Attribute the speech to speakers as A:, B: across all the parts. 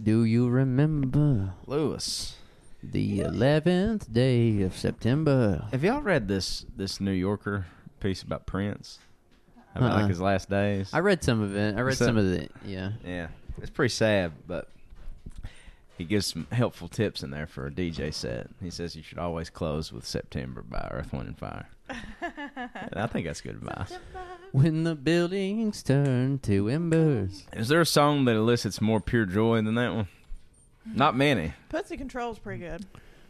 A: Do you remember
B: Lewis.
A: the 11th day of September?
B: Have y'all read this this New Yorker piece about Prince? About
A: Uh-uh.
B: like his last days.
A: I read some of it. I read
B: So-
A: some of it. Yeah.
B: yeah, it's pretty sad, but he gives some helpful tips in there for a DJ set. He says you should always close with September by Earth, Wind, and Fire. And I think that's good advice.
A: When the buildings turn to embers.
B: Is there a song that elicits more pure joy than that one? Not many.
C: Pussy Control's pretty good.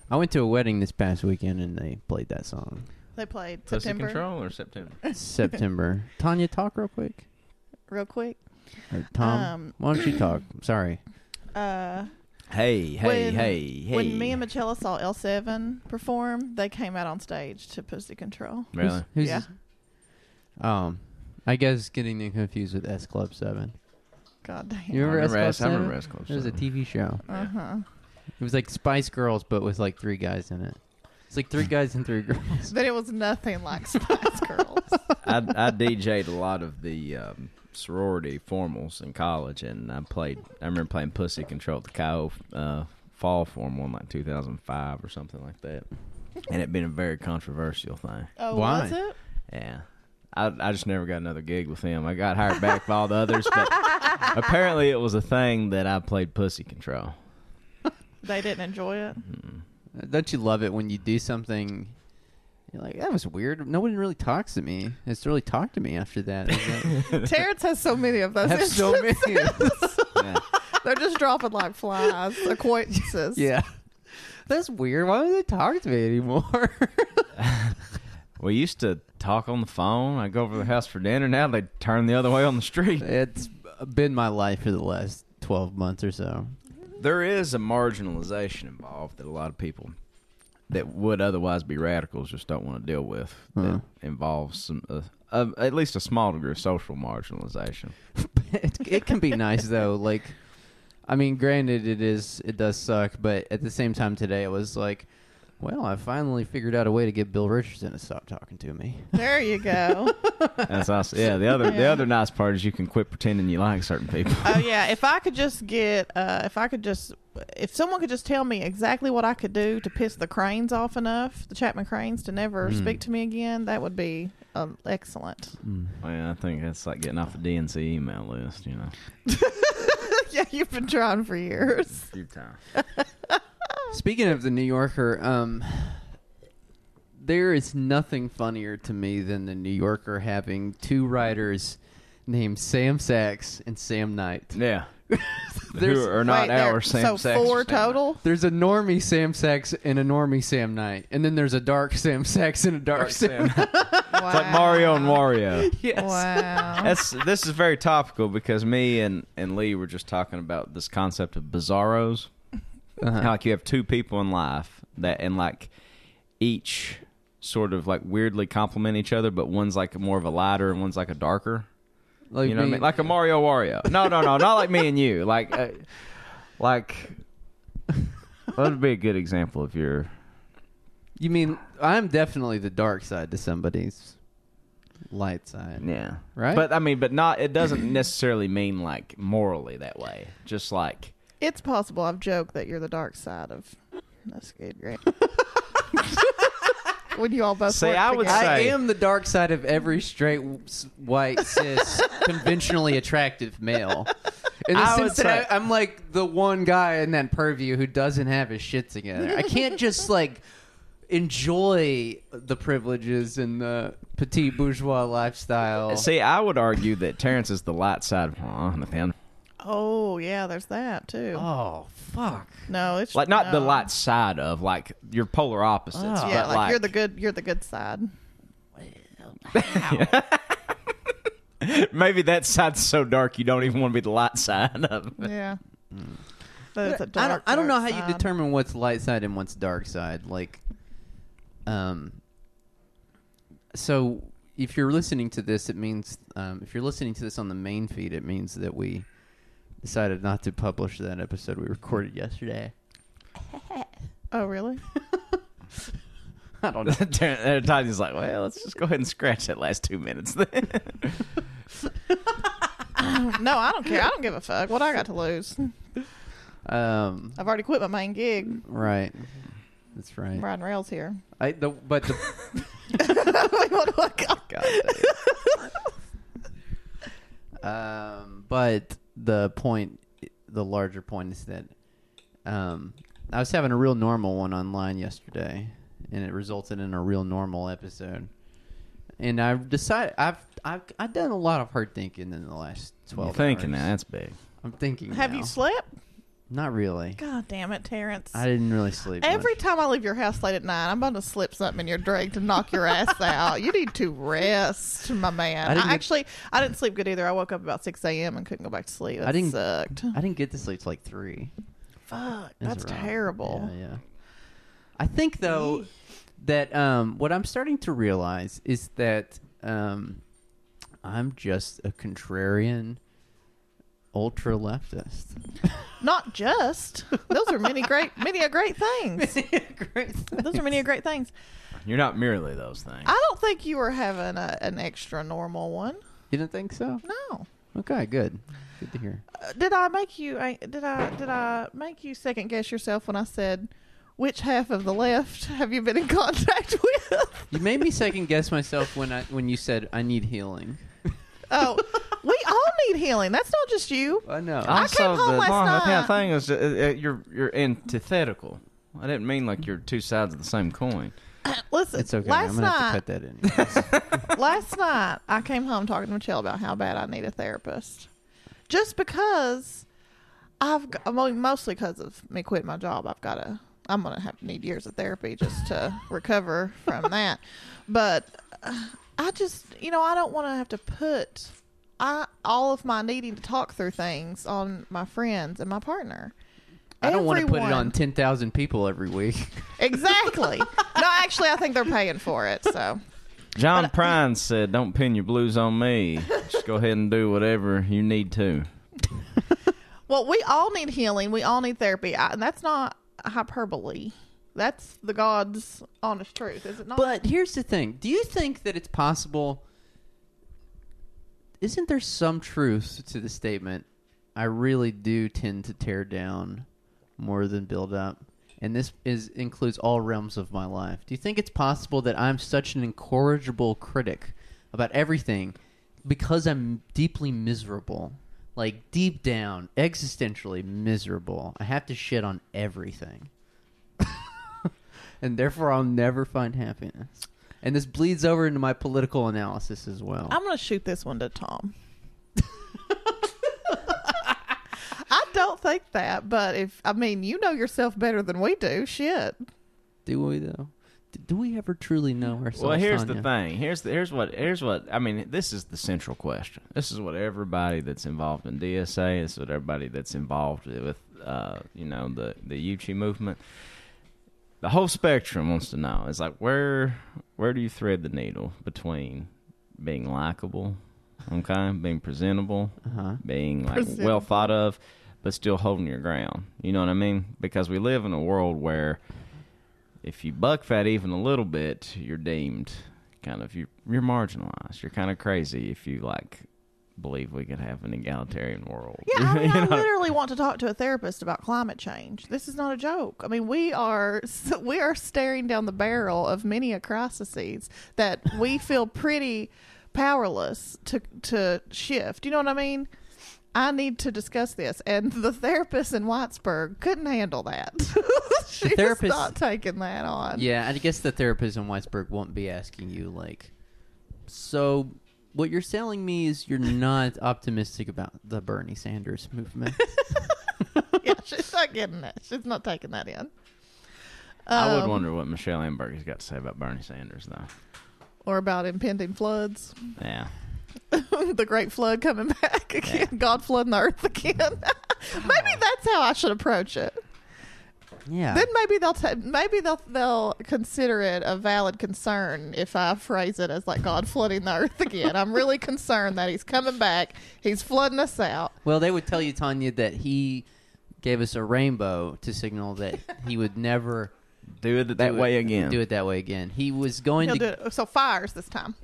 A: I went to a wedding this past weekend and they played that song.
C: They played
B: Pussy
C: September
B: Control or September?
A: September. Tanya, talk real quick.
C: real quick.
A: Or Tom,
C: Um,
A: why don't you talk? Sorry.
C: Uh,
B: Hey, hey,
C: When-
B: hey, hey.
C: When me and Michelle saw L7 perform, they came out on stage to Pussy Control.
B: really?
A: Who's, who's
C: Yeah.
A: this? Um, I guess getting them confused with S Club 7.
C: God damn.
A: You remember,
B: I remember
A: S
B: S- I
A: Club 7?
B: remember S Club
A: It was a
B: 7.
A: TV show.
C: Uh huh.
A: It was like Spice Girls, but with like three guys in it. It's like three guys and three girls.
C: But it was nothing like Spice Girls.
B: I, I DJ'd a lot of the um, sorority formals in college, and I played. I remember playing Pussy Control at the Kyle uh, Fall Formal in like 2005 or something like that, and it been a very controversial thing.
C: Oh,
A: Why?
C: was it?
B: Yeah. I, I just never got another gig with him. I got hired back by all the others, but apparently it was a thing that I played pussy control. Hmm.
C: They didn't enjoy it.
A: Don't you love it when you do something? You're like, that was weird. No one really talks to me. It's really talked to me after that. It's like,
C: Terrence has so many of those.
A: I have so
C: instances.
A: many.
B: Yeah.
C: They're just dropping like flies, acquaintances.
A: yeah. That's weird. Why don't they talk to me anymore?
B: We used to talk on the phone. I go over to the house for dinner. Now they turn the other way on the street.
A: it's been my life for the last 12 months or so.
B: There is a marginalization involved that a lot of people that would otherwise be radicals just don't want to deal with.
A: Huh.
B: That involves some, uh, uh, at least a small degree of social marginalization.
A: it, it can be nice though. Like, I mean, granted, it is it does suck, but at the same time, today it was like, well, I finally figured out a way to get Bill Richardson to stop talking to me.
C: There you go.
B: That's awesome. Yeah. The other the
C: Yeah.
B: other nice part is you can quit pretending you like certain people.
C: oh yeah. If I could just get, uh, if I could just, if someone could just tell me exactly what I could do to piss the cranes off enough, the Chapman cranes, to
B: Hmm.
C: never
A: Mm.
C: speak to me again, that would be um, excellent.
B: Well, I think that's like getting off the DNC email list, you know.
C: yeah, you've been trying for years.
B: Few times.
A: Speaking of the New Yorker, um, there is nothing funnier to me than the New Yorker having two writers named Sam Sachs and Sam Knight.
B: Yeah.
A: There's-
B: Who are not
C: Wait, there-
B: our same
C: so
B: sex.
C: four
B: Sam
C: total.
A: There's a normie Sam Sachs and a normie Sam Knight, and then there's a dark Sam Sachs and a dark,
B: Dark
A: Sam.
B: Sam. it's
C: Wow.
B: like Mario and Wario.
A: Yes.
C: Wow.
B: That's this is very topical because me and, and Lee were just talking about this concept of bizarros.
A: Uh-huh.
B: How like you have two people in life that and like each sort of like weirdly complement each other, but one's like more of a lighter and one's like a darker.
A: Like
B: you know what I
A: me-
B: mean? Like a Mario Wario. No, no, no, not like me and you. Like, uh, like that would be a good example if you're.
A: You mean I'm definitely the dark side to somebody's light side.
B: Yeah.
A: Right?
B: But I mean, but not. It doesn't necessarily mean like morally that way. Just like
C: It's possible I've joked that you're the dark side of. That's good, great. when you all both
B: See,
C: work
B: I would
C: together.
A: I
B: Say-
A: am the dark side of every straight s- white cis conventionally attractive male. In the
B: I
A: sense
B: would
A: that
B: say-
A: I, I'm like the one guy in that purview who doesn't have his shit together. I can't just like enjoy the privileges and the petit bourgeois lifestyle.
B: see, I would argue that Terrence is the light side of uh, the pen.
C: Oh yeah, there's that too.
A: oh fuck.
C: no, it's
B: Like not the
C: no.
B: light side of like your polar opposites.
A: Oh.
C: Yeah,
B: but
C: like, you're the good. You're the good side.
B: maybe that side's so dark you don't even want to be the light side of. it.
C: Yeah.
A: Mm.
C: But it's a
A: I don't,
C: dark,
A: I don't know
C: dark
A: how
C: side.
A: you determine what's light side and what's dark side. Like, um, so if you're listening to this, it means um, if you're listening to this on the main feed, it means that we decided not to publish that episode we recorded yesterday.
C: Oh really?
A: I don't know.
B: Terrence, Tiny's uh, like, well, let's just go ahead and scratch that last two minutes then.
C: no, I don't care. I don't give a fuck. What I got to lose?
A: Um,
C: I've already quit my main gig.
A: right. That's right.
C: Riding rails here.
A: I, the, but the,
C: Wait, what do I call-
A: God damn. um, but the point, the larger point is that um, I was having a real normal one online yesterday, and it resulted in a real normal episode. And I've decided I've I've I've done a lot of hard thinking in the last
B: Well,
A: twelve.
B: thinking
A: hours.
B: now, that's big.
A: I'm thinking.
C: Have
A: now.
C: you slept?
A: Not really.
C: God damn it, Terrence.
A: I didn't really sleep.
C: Every
A: much.
C: time I leave your house late at night, I'm about to slip something in your drink to knock your ass out. You need to rest, my man.
A: I
C: I,
A: didn't get-
C: actually I didn't sleep good either. I woke up about six a.m. and couldn't go back to sleep. That
A: I didn't-
C: sucked.
A: I didn't get to sleep till like three.
C: Fuck,
A: That's
C: that's
A: rough.
C: terrible.
A: Yeah, yeah. I think though that um, what I'm starting to realize is that um, I'm just a contrarian, ultra leftist.
C: Not just those are many great, many a great things.
A: Great.
C: Those are many a great things.
B: You're not merely those things.
C: I don't think you were having a, an extra normal one.
A: You didn't think so?
C: No.
A: Okay, good. Good to hear.
C: Uh, Did I make you? I, did I? Did I make you second guess yourself when I said which half of the left have you been in contact with?
A: You made me second guess myself when I when you said I need healing.
C: oh, we all need healing. That's not just you.
A: I know.
C: I came home last
B: Long Hill
C: night.
B: thing is uh, uh, you're you're antithetical. I didn't mean like you're two sides of the same coin.
C: Listen,
A: it's okay.
C: last
A: I'm gonna
C: night,
A: have to cut that in.
C: last night I came home talking to Michelle about how bad I need a therapist, just because I've got, well, mostly because of me quitting my job. I've got to. I'm gonna have to need years of therapy just to recover from that. But uh, I just, you know, I don't want to have to put I all of my needing to talk through things on my friends and my partner.
A: I don't want to put it
C: Everyone-
A: on ten thousand people every week.
C: Exactly. no, actually, I think they're paying for it. So
B: John Prine said, "Don't pin your blues on me. Just go ahead and do whatever you need to."
C: Well, we all need healing. We all need therapy. I, and that's not hyperbole. That's the God's honest truth, is it not?
A: But here's the thing: Do you think that it's possible? Isn't there some truth to the statement? I really do tend to tear down more than build up, and this is includes all realms of my life. Do you think it's possible that I'm such an incorrigible critic about everything because I'm deeply miserable? Like deep down, existentially miserable. I have to shit on everything and therefore I'll never find happiness. And this bleeds over into my political analysis as well.
C: I'm going to shoot this one to Tom. I don't think that, but if, I mean, you know yourself better than we do. Shit.
A: do we though? D- Do we ever truly know ourselves?
B: Well, here's the
A: Tanya?
B: thing. Here's the, here's what here's what I mean. This is the central question. This is what everybody that's involved in DSA. This is what everybody that's involved with uh, you know the the Uchi movement. The whole spectrum wants to know. It's like where where do you thread the needle between being likable, okay, being presentable,
A: Uh-huh.
B: being like
C: Presentable.
B: well thought of, but still holding your ground. You know what I mean? Because we live in a world where if you buck fat even a little bit, you're deemed kind of you're, you're marginalized. You're kind of crazy if you like believe we could have an egalitarian world.
C: Yeah, I mean,
B: You
C: I
B: know?
C: literally want to talk to a therapist about climate change. This is not a joke. I mean, we are we are staring down the barrel of many a crises that we feel pretty powerless to to shift. You know what I mean? I need to discuss this, and the therapist in Whitesburg couldn't handle that. She's
A: therapist-
C: not taking that on.
A: Yeah, and I guess the therapist in Weisberg won't be asking you like, so what you're telling me is you're not optimistic about the Bernie Sanders movement.
C: yeah, she's not getting that. She's not taking that in.
B: I would
C: Um,
B: wonder what Michelle Amberger's got to say about Bernie Sanders though.
C: or about impending floods.
B: Yeah.
C: the great flood coming back again, God flooding the earth again. maybe that's how I should approach it.
A: yeah.
C: Then maybe they'll ta- maybe they'll they'll consider it a valid concern if I phrase it as like God flooding the earth again. I'm really concerned that he's coming back. He's flooding us out.
A: Well, they would tell you, Tanya, that he gave us a rainbow to signal that he would never
B: Do it that
A: do
B: way
A: it-
B: again.
A: Do it that way again. He was going
C: He'll
A: to
C: do it. So fires this time.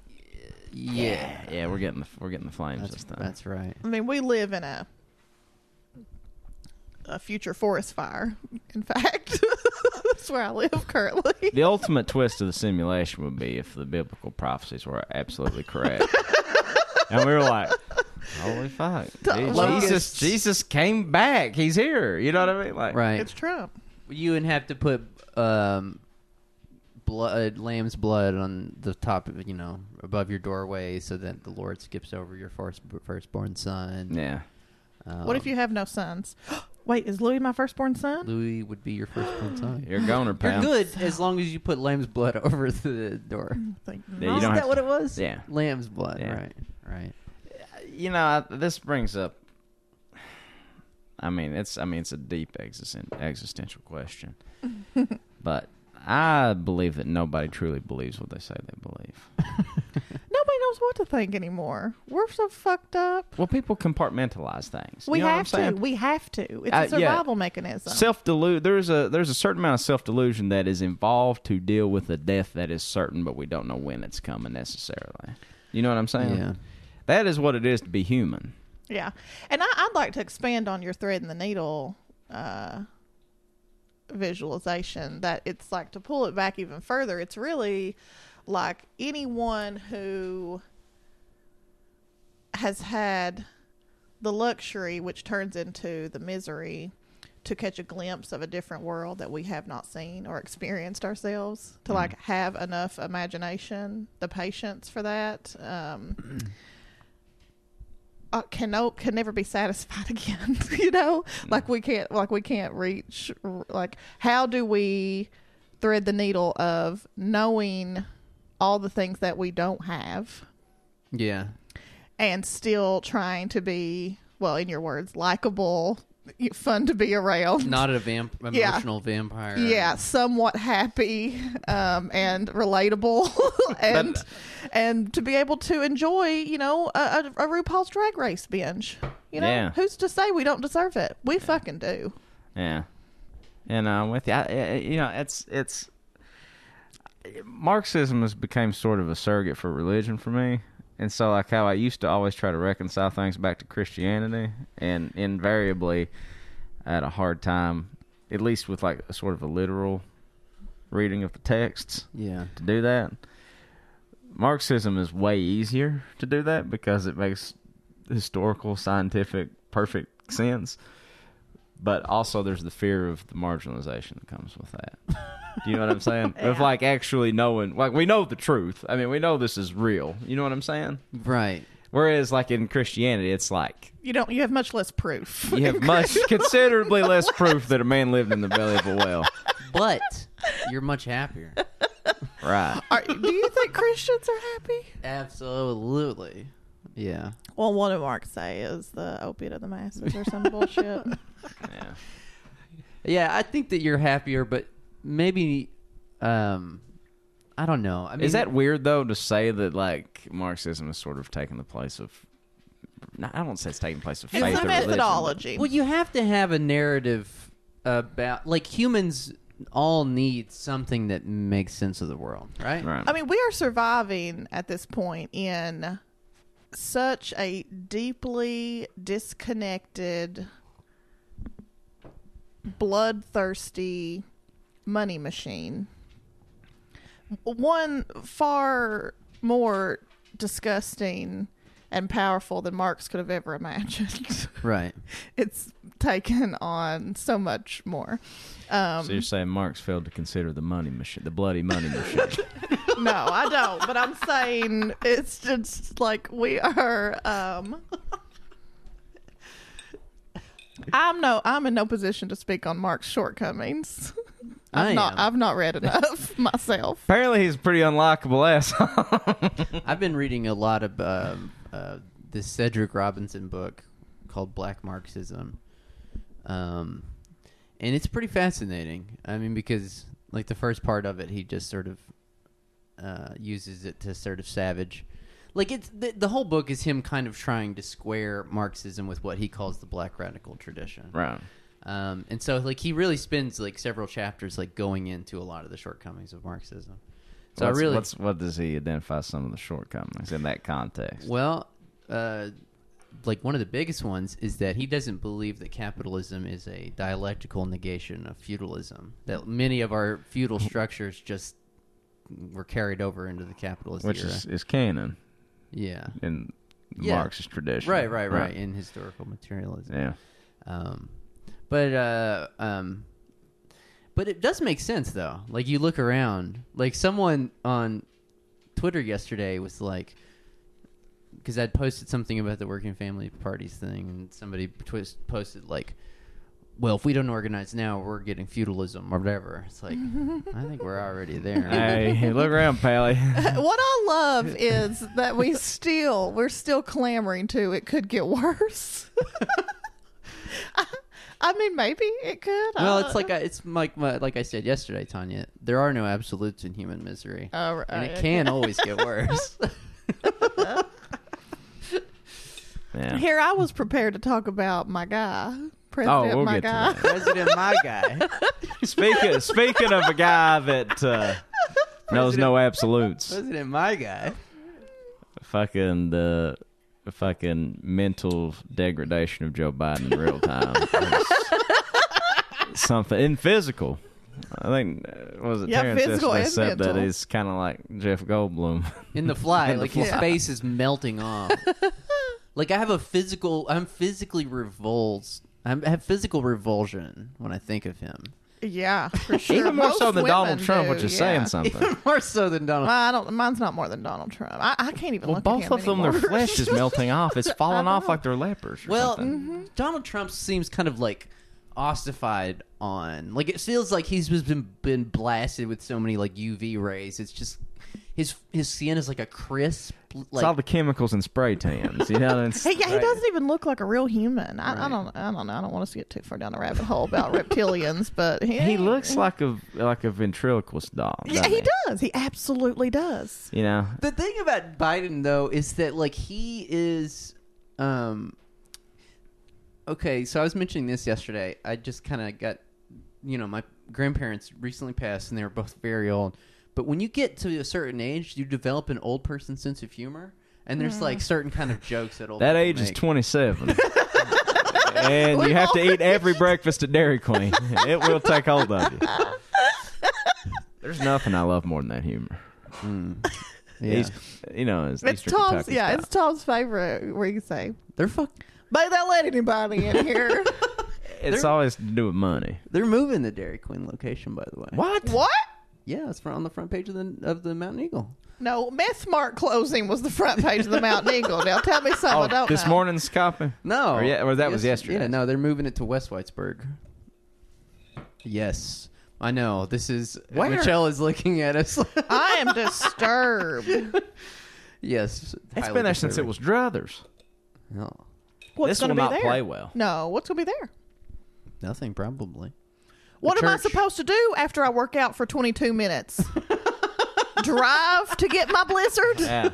A: yeah.
B: Yeah, we're getting the we're getting the flames
A: That's,
B: this time.
A: that's right.
C: I mean, we live in a a future forest fire. In fact, that's where I live currently.
B: The ultimate twist of the simulation would be if the biblical prophecies were absolutely correct. and we were like, holy fuck. dude,
C: Locusts.
B: Jesus, Jesus came back. He's here. You know what I mean? Like,
A: Right.
C: It's Trump.
A: You would have to put um, blood, lamb's blood, on the top of you know above your doorway, so that the Lord skips over your first firstborn son.
B: Yeah.
A: Um,
C: What if you have no sons? Wait, is Louis my firstborn son?
A: Louis would be your firstborn son?
B: You're a goner,
A: You're
B: pal.
A: good as long as you put lamb's blood over the door.
C: Thank
B: Yeah, you
A: Is
B: don't
A: that
B: have
A: what it was?
B: Yeah.
A: lamb's blood.
B: Yeah.
A: Right, right.
B: You know, I, this brings up. I mean, it's I mean it's a deep existen, existential question, but I believe that nobody truly believes what they say they believe.
C: Nobody knows what to think anymore. We're so fucked up.
B: Well, people compartmentalize things.
C: We
B: You know
C: have
B: what I'm
C: to.
B: saying?
C: We have to. It's
B: Uh, yeah.
C: a survival mechanism.
B: Self delude. There's a there's a certain amount of self delusion that is involved to deal with a death that is certain, but we don't know when it's coming necessarily. You know what I'm saying?
A: Yeah.
B: That is what it is to be human.
C: yeah, and I, I'd like to expand on your thread and the needle uh, visualization. That it's like to pull it back even further. It's really like anyone who has had the luxury, which turns into the misery, to catch a glimpse of a different world that we have not seen or experienced ourselves, to like have enough imagination, the patience for that, um, uh, can no, can never be satisfied again. you know, like we can't, like we can't reach. r- Like, how do we thread the needle of knowing all the things that we don't have?
A: Yeah.
C: and still trying to be well in your words likable y- fun to be around
A: Not a vamp- emotional vampire.
C: yeah somewhat happy um, and relatable and and to be able to enjoy you know a, a, a rupaul's drag race binge you know
B: Yeah.
C: who's to say we don't deserve it we fucking do
B: Yeah, and I'm with you. I, I, you know, it's it's Marxism has become sort of a surrogate for religion for me, and so like how I used to always try to reconcile things back to Christianity, and invariably, I had a hard time, at least with like a sort of a literal reading of the texts
A: Yeah.
B: to do that. Marxism is way easier to do that because it makes historical, scientific, perfect sense. But also, there's the fear of the marginalization that comes with that. Do you know what I'm saying? With
C: Yeah.
B: like actually knowing, like we know the truth. I mean, we know this is real. You know what I'm saying?
A: Right.
B: Whereas, like in Christianity, it's like
C: you don't you have much less proof
B: you have much considerably less proof that a man lived in the belly of a whale.
A: But you're much happier.
B: Right.
C: Are, do you think christians are happy
A: Absolutely. Yeah.
C: well what did mark say is the opiate of the masses or some bullshit
B: Yeah.
A: Yeah, I think that you're happier, but maybe, um, I don't know. I mean,
B: is that weird though to say that like Marxism is sort of taking the place of? No, I won't say it's taking place of faith
C: it's
B: or
C: a
B: religion,
C: methodology
A: well? You have to have a narrative about like humans all need something that makes sense of the world, right?
B: but- Right.
C: I mean, we are surviving at this point in such a deeply disconnected, bloodthirsty money machine. One far more disgusting and powerful than Marx could have ever imagined.
A: Right.
C: it's taken on so much more. Um,
B: so you're saying Marx failed to consider the money machine, the bloody money machine.
C: No, I don't. But I'm saying it's just like we are. Um, I'm no. I'm in no position to speak on Mark's shortcomings.
A: I
C: I've not.
A: am.
C: I've not read enough myself.
B: Apparently, he's a pretty unlikable ass.
A: I've been reading a lot of um, uh, this Cedric Robinson book called Black Marxism, um, and it's pretty fascinating. I mean, because like the first part of it, he just sort of uh, uses it to sort of savage. Like it's the, the whole book is him kind of trying to square Marxism with what he calls the Black radical tradition,
B: right.
A: um, and so like he really spends like several chapters like going into a lot of the shortcomings of Marxism. So
B: what's,
A: I really
B: what's- what does he identify some of the shortcomings in that context?
A: Well, uh, like one of the biggest ones is that he doesn't believe that capitalism is a dialectical negation of feudalism. That many of our feudal structures just were carried over into the capitalist
B: which
A: era.
B: is, is canon
A: yeah.
B: in the
A: Yeah.
B: Marxist tradition.
A: Right, right, right, In historical materialism.
B: Yeah.
A: Um, but uh, um, but it does make sense though. Like you look around, like someone on Twitter yesterday was like, because I'd posted something about the working family parties thing, and somebody twist posted like. Well, if we don't organize now, we're getting feudalism or whatever. It's like I think we're already there.
B: hey, look around, Pally.
C: what I love is that we still we're still clamoring to it could get worse. I, I mean, maybe it could. I
A: well,
C: don't
A: it's like
C: know.
A: I, it's like my, like I said yesterday, Tanya. There are no absolutes in human misery.
C: Oh, right,
A: and it
C: okay.
A: can always get worse.
B: Yeah.
C: Here, I was prepared to talk about my
A: Oh,
C: guy, President
B: Oh, we'll get
C: my
B: to
C: guy.
B: that.
A: President, my guy.
B: Speaking speaking of a guy that uh, knows no absolutes,
A: President, my guy.
B: fucking the fucking mental degradation of Joe Biden in real time. It's something in physical. I think uh, was it
C: Yeah,
B: Terrence
C: physical
B: yesterday
C: and
B: said that
C: mental.
B: he's kind of like Jeff Goldblum.
A: In the fly,
B: In the
A: like his
B: Fly.
A: face is melting off. like I have a physical, I'm physically revulsed. I'm, I have physical revulsion when I think of him.
C: Yeah, for sure.
B: Even more
C: Most
B: so than
C: women
B: Donald Trump,
C: do,
B: which is
C: yeah.
B: saying something.
A: Even more so than
C: Well,
A: Donald.
C: I don't. Mine's not more than Donald Trump. I, I can't even
B: Well,
C: look
B: both
C: at him
B: of them, their
C: anymore.
B: flesh is melting off. It's falling off like they're lepers. Or
A: Well, mm-hmm.
B: something.
C: mm,
A: Donald Trump seems kind of like ossified on. Like it feels like he's just been been blasted with so many like UV rays. It's just his his skin is like a crisp.
B: it's
A: Like
B: all the chemicals and spray tans. You know, it's,
C: He, yeah, he
A: Right.
C: doesn't even look like a real human. I, I
A: Right.
C: don't. I don't know. I don't want us to get too far down the rabbit hole about reptilians, but he,
B: he looks like a like a ventriloquist doll.
C: Yeah,
B: doesn't
C: he does. He absolutely does.
B: You know,
A: The thing about Biden though is that like he is um okay, so I was mentioning this yesterday. I just kind of got you know, my grandparents recently passed and they were both very old. But when you get to a certain age, you develop an old person sense of humor. And there's like certain kind of jokes that old
B: that
A: people
B: age is
A: make.
B: 27. and you have to eat every breakfast at Dairy Queen. It will take hold of you. There's nothing I love more than that humor.
A: Yeah.
B: East- you know, it's,
C: It's
B: Eastern
C: Tom's.
B: Kentucky
C: Yeah,
B: style.
C: it's Tom's favorite. Where you say,
A: They're fuck.
C: "But they let anybody in here."
B: it's
A: they're-
B: always to do with money.
A: They're moving the Dairy Queen location, by the way.
B: What?
C: what?
A: Yeah, it's front on the front page of the of the Mountain Eagle.
C: No, Meth Mart closing was the front page of the Mountain Eagle. Now tell me something. I
B: Oh,
C: don't
B: this
C: know.
B: morning's copy.
A: No.
B: Or ye- or that was yesterday.
A: Yeah, no, they're moving it to West Whitesburg. Yes. I know. This is
B: Where?
A: Michelle is looking at us.
C: I am disturbed.
A: yes.
B: It's been there since it was Druthers.
A: No.
C: What's
B: this
C: gonna
B: will
C: be
B: not
C: there?
B: play well.
C: No, what's gonna be there?
A: Nothing probably.
C: What am I
A: church.
C: supposed to do after I work out for 22 minutes? Drive to get my blizzard?
B: Yeah.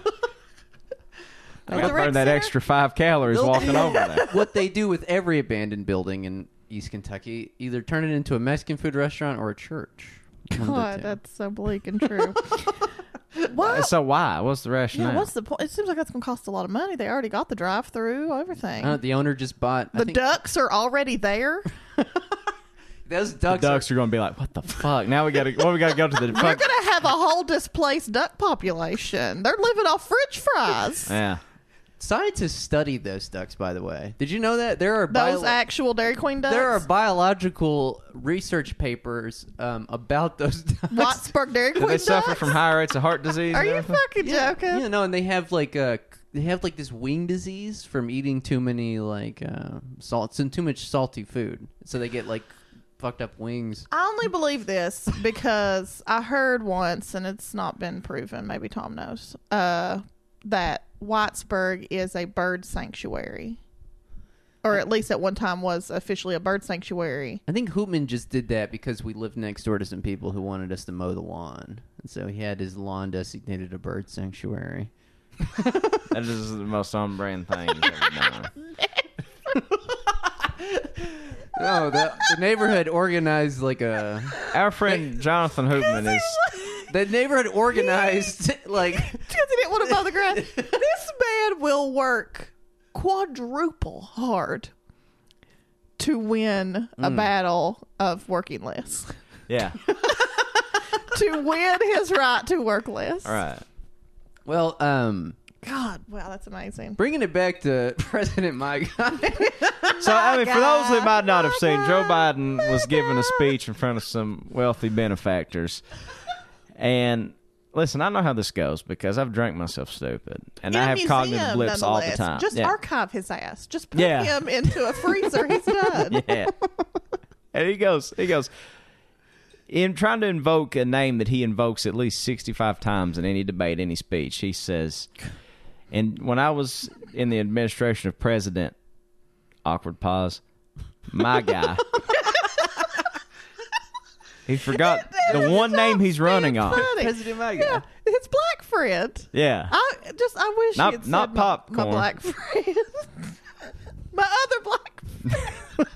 B: I
C: the
B: gotta
C: rec
B: burn that
C: center?
B: extra five calories
A: They'll-
B: walking over there.
A: what they do with every abandoned building in East Kentucky, either turn it into a Mexican food restaurant or a church. One of the
C: God,
A: two.
C: that's so bleak and true. Why?
B: So why? What's the rationale?
C: Yeah, what's the point? It seems like that's going to cost a lot of money. They already got the drive-through, everything.
A: Uh, the owner just bought I
C: the
A: think
C: ducks are already there.
A: Those
B: the
A: ducks.
B: ducks are going to be like, what the fuck? Now we got to, well, we got to go to the
C: You're
B: fuck.
C: going to have a whole displaced duck population. They're living off French fries.
B: Yeah.
A: scientists studied those ducks. By the way, did you know that there are
C: Those
A: bio-
C: actual Dairy Queen ducks.
A: There are biological research papers um, about those ducks.
C: Wattsburg Dairy Queen
B: Do they
C: ducks.
B: suffer from high rates of heart disease?
C: are
B: and
C: you
B: everything?
C: fucking joking?
A: Yeah, no, and they have like uh they have like this wing disease from eating too many like uh, salts and too much salty food, so they get like fucked up wings.
C: I only believe this because I heard once, and it's not been proven. Maybe Tom knows uh, that Whitesburg is a bird sanctuary, or at least at one time was officially a bird sanctuary.
A: I think Hoopman just did that because we lived next door to some people who wanted us to mow the lawn, and so he had his lawn designated a bird sanctuary.
B: That is the most on brand thing. you've ever done.
A: No, Oh, the, the neighborhood organized like a
B: Our friend Jonathan Hoopman is.
A: the neighborhood organized like
C: Because he didn't want to mow the grass. this man will work quadruple hard to win
B: Hmm.
C: a battle of working less,
B: Yeah.
C: to win his right to work less.
B: All right.
A: Well, um,
C: God, wow, that's amazing.
A: bringing it back to President Mike.
B: So, I
C: Oh
B: mean, for those that might not have seen, Joe Biden was giving a speech in front of some wealthy benefactors. And listen, I know how this goes because I've drank myself stupid. And
C: In
B: I
C: a
B: have cognitive
C: museum,
B: blips all the
C: nonetheless.
B: time.
C: Just
B: yeah.
C: archive his ass. Just put
B: Yeah.
C: him into a freezer. He's done.
B: yeah. And he goes, he goes, in trying to invoke a name that he invokes at least 65 times in any debate, any speech, he says, and when I was in the administration of president, awkward pause, my guy. he forgot the one name he's running on.
C: Funny.
A: President Mike.
C: Yeah, his black friend.
B: Yeah.
C: I just I wish
B: Not-
C: he had
B: not
C: said my- My,
B: popcorn.
C: black friend. my other black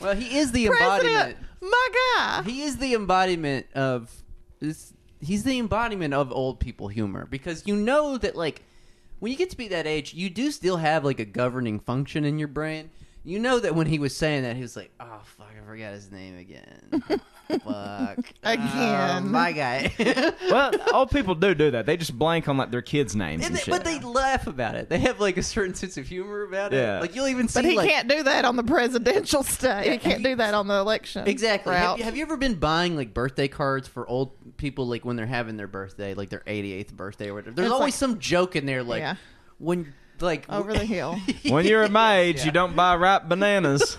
A: Well, he is the
C: president.
A: embodiment.
C: My guy.
A: He is the embodiment of this. He's the embodiment of old people humor because you know that like when you get to be that age, you do still have like a governing function in your brain. You know that when he was saying that, he was like, "Oh fuck, I forgot his name again." fuck
C: Again.
A: Oh, my guy.
B: Well, old people do do that. They just blank on like their kids' names
A: And
B: and
A: they-
B: shit.
A: but they laugh about it. They have like a certain sense of humor about it.
B: Yeah.
A: Like you'll even see
C: but he
A: like
C: can't do that on the presidential stage. he can't do that on the election.
A: Exactly. Have
C: Route.
A: you, have you ever been buying like birthday cards for old people, like when they're having their birthday, like their 88th birthday or whatever? There's
C: It's
A: always
C: like-
A: some joke in there, like
C: Yeah.
A: when, like
C: Over the hill.
B: when you're at my age, you don't buy ripe bananas.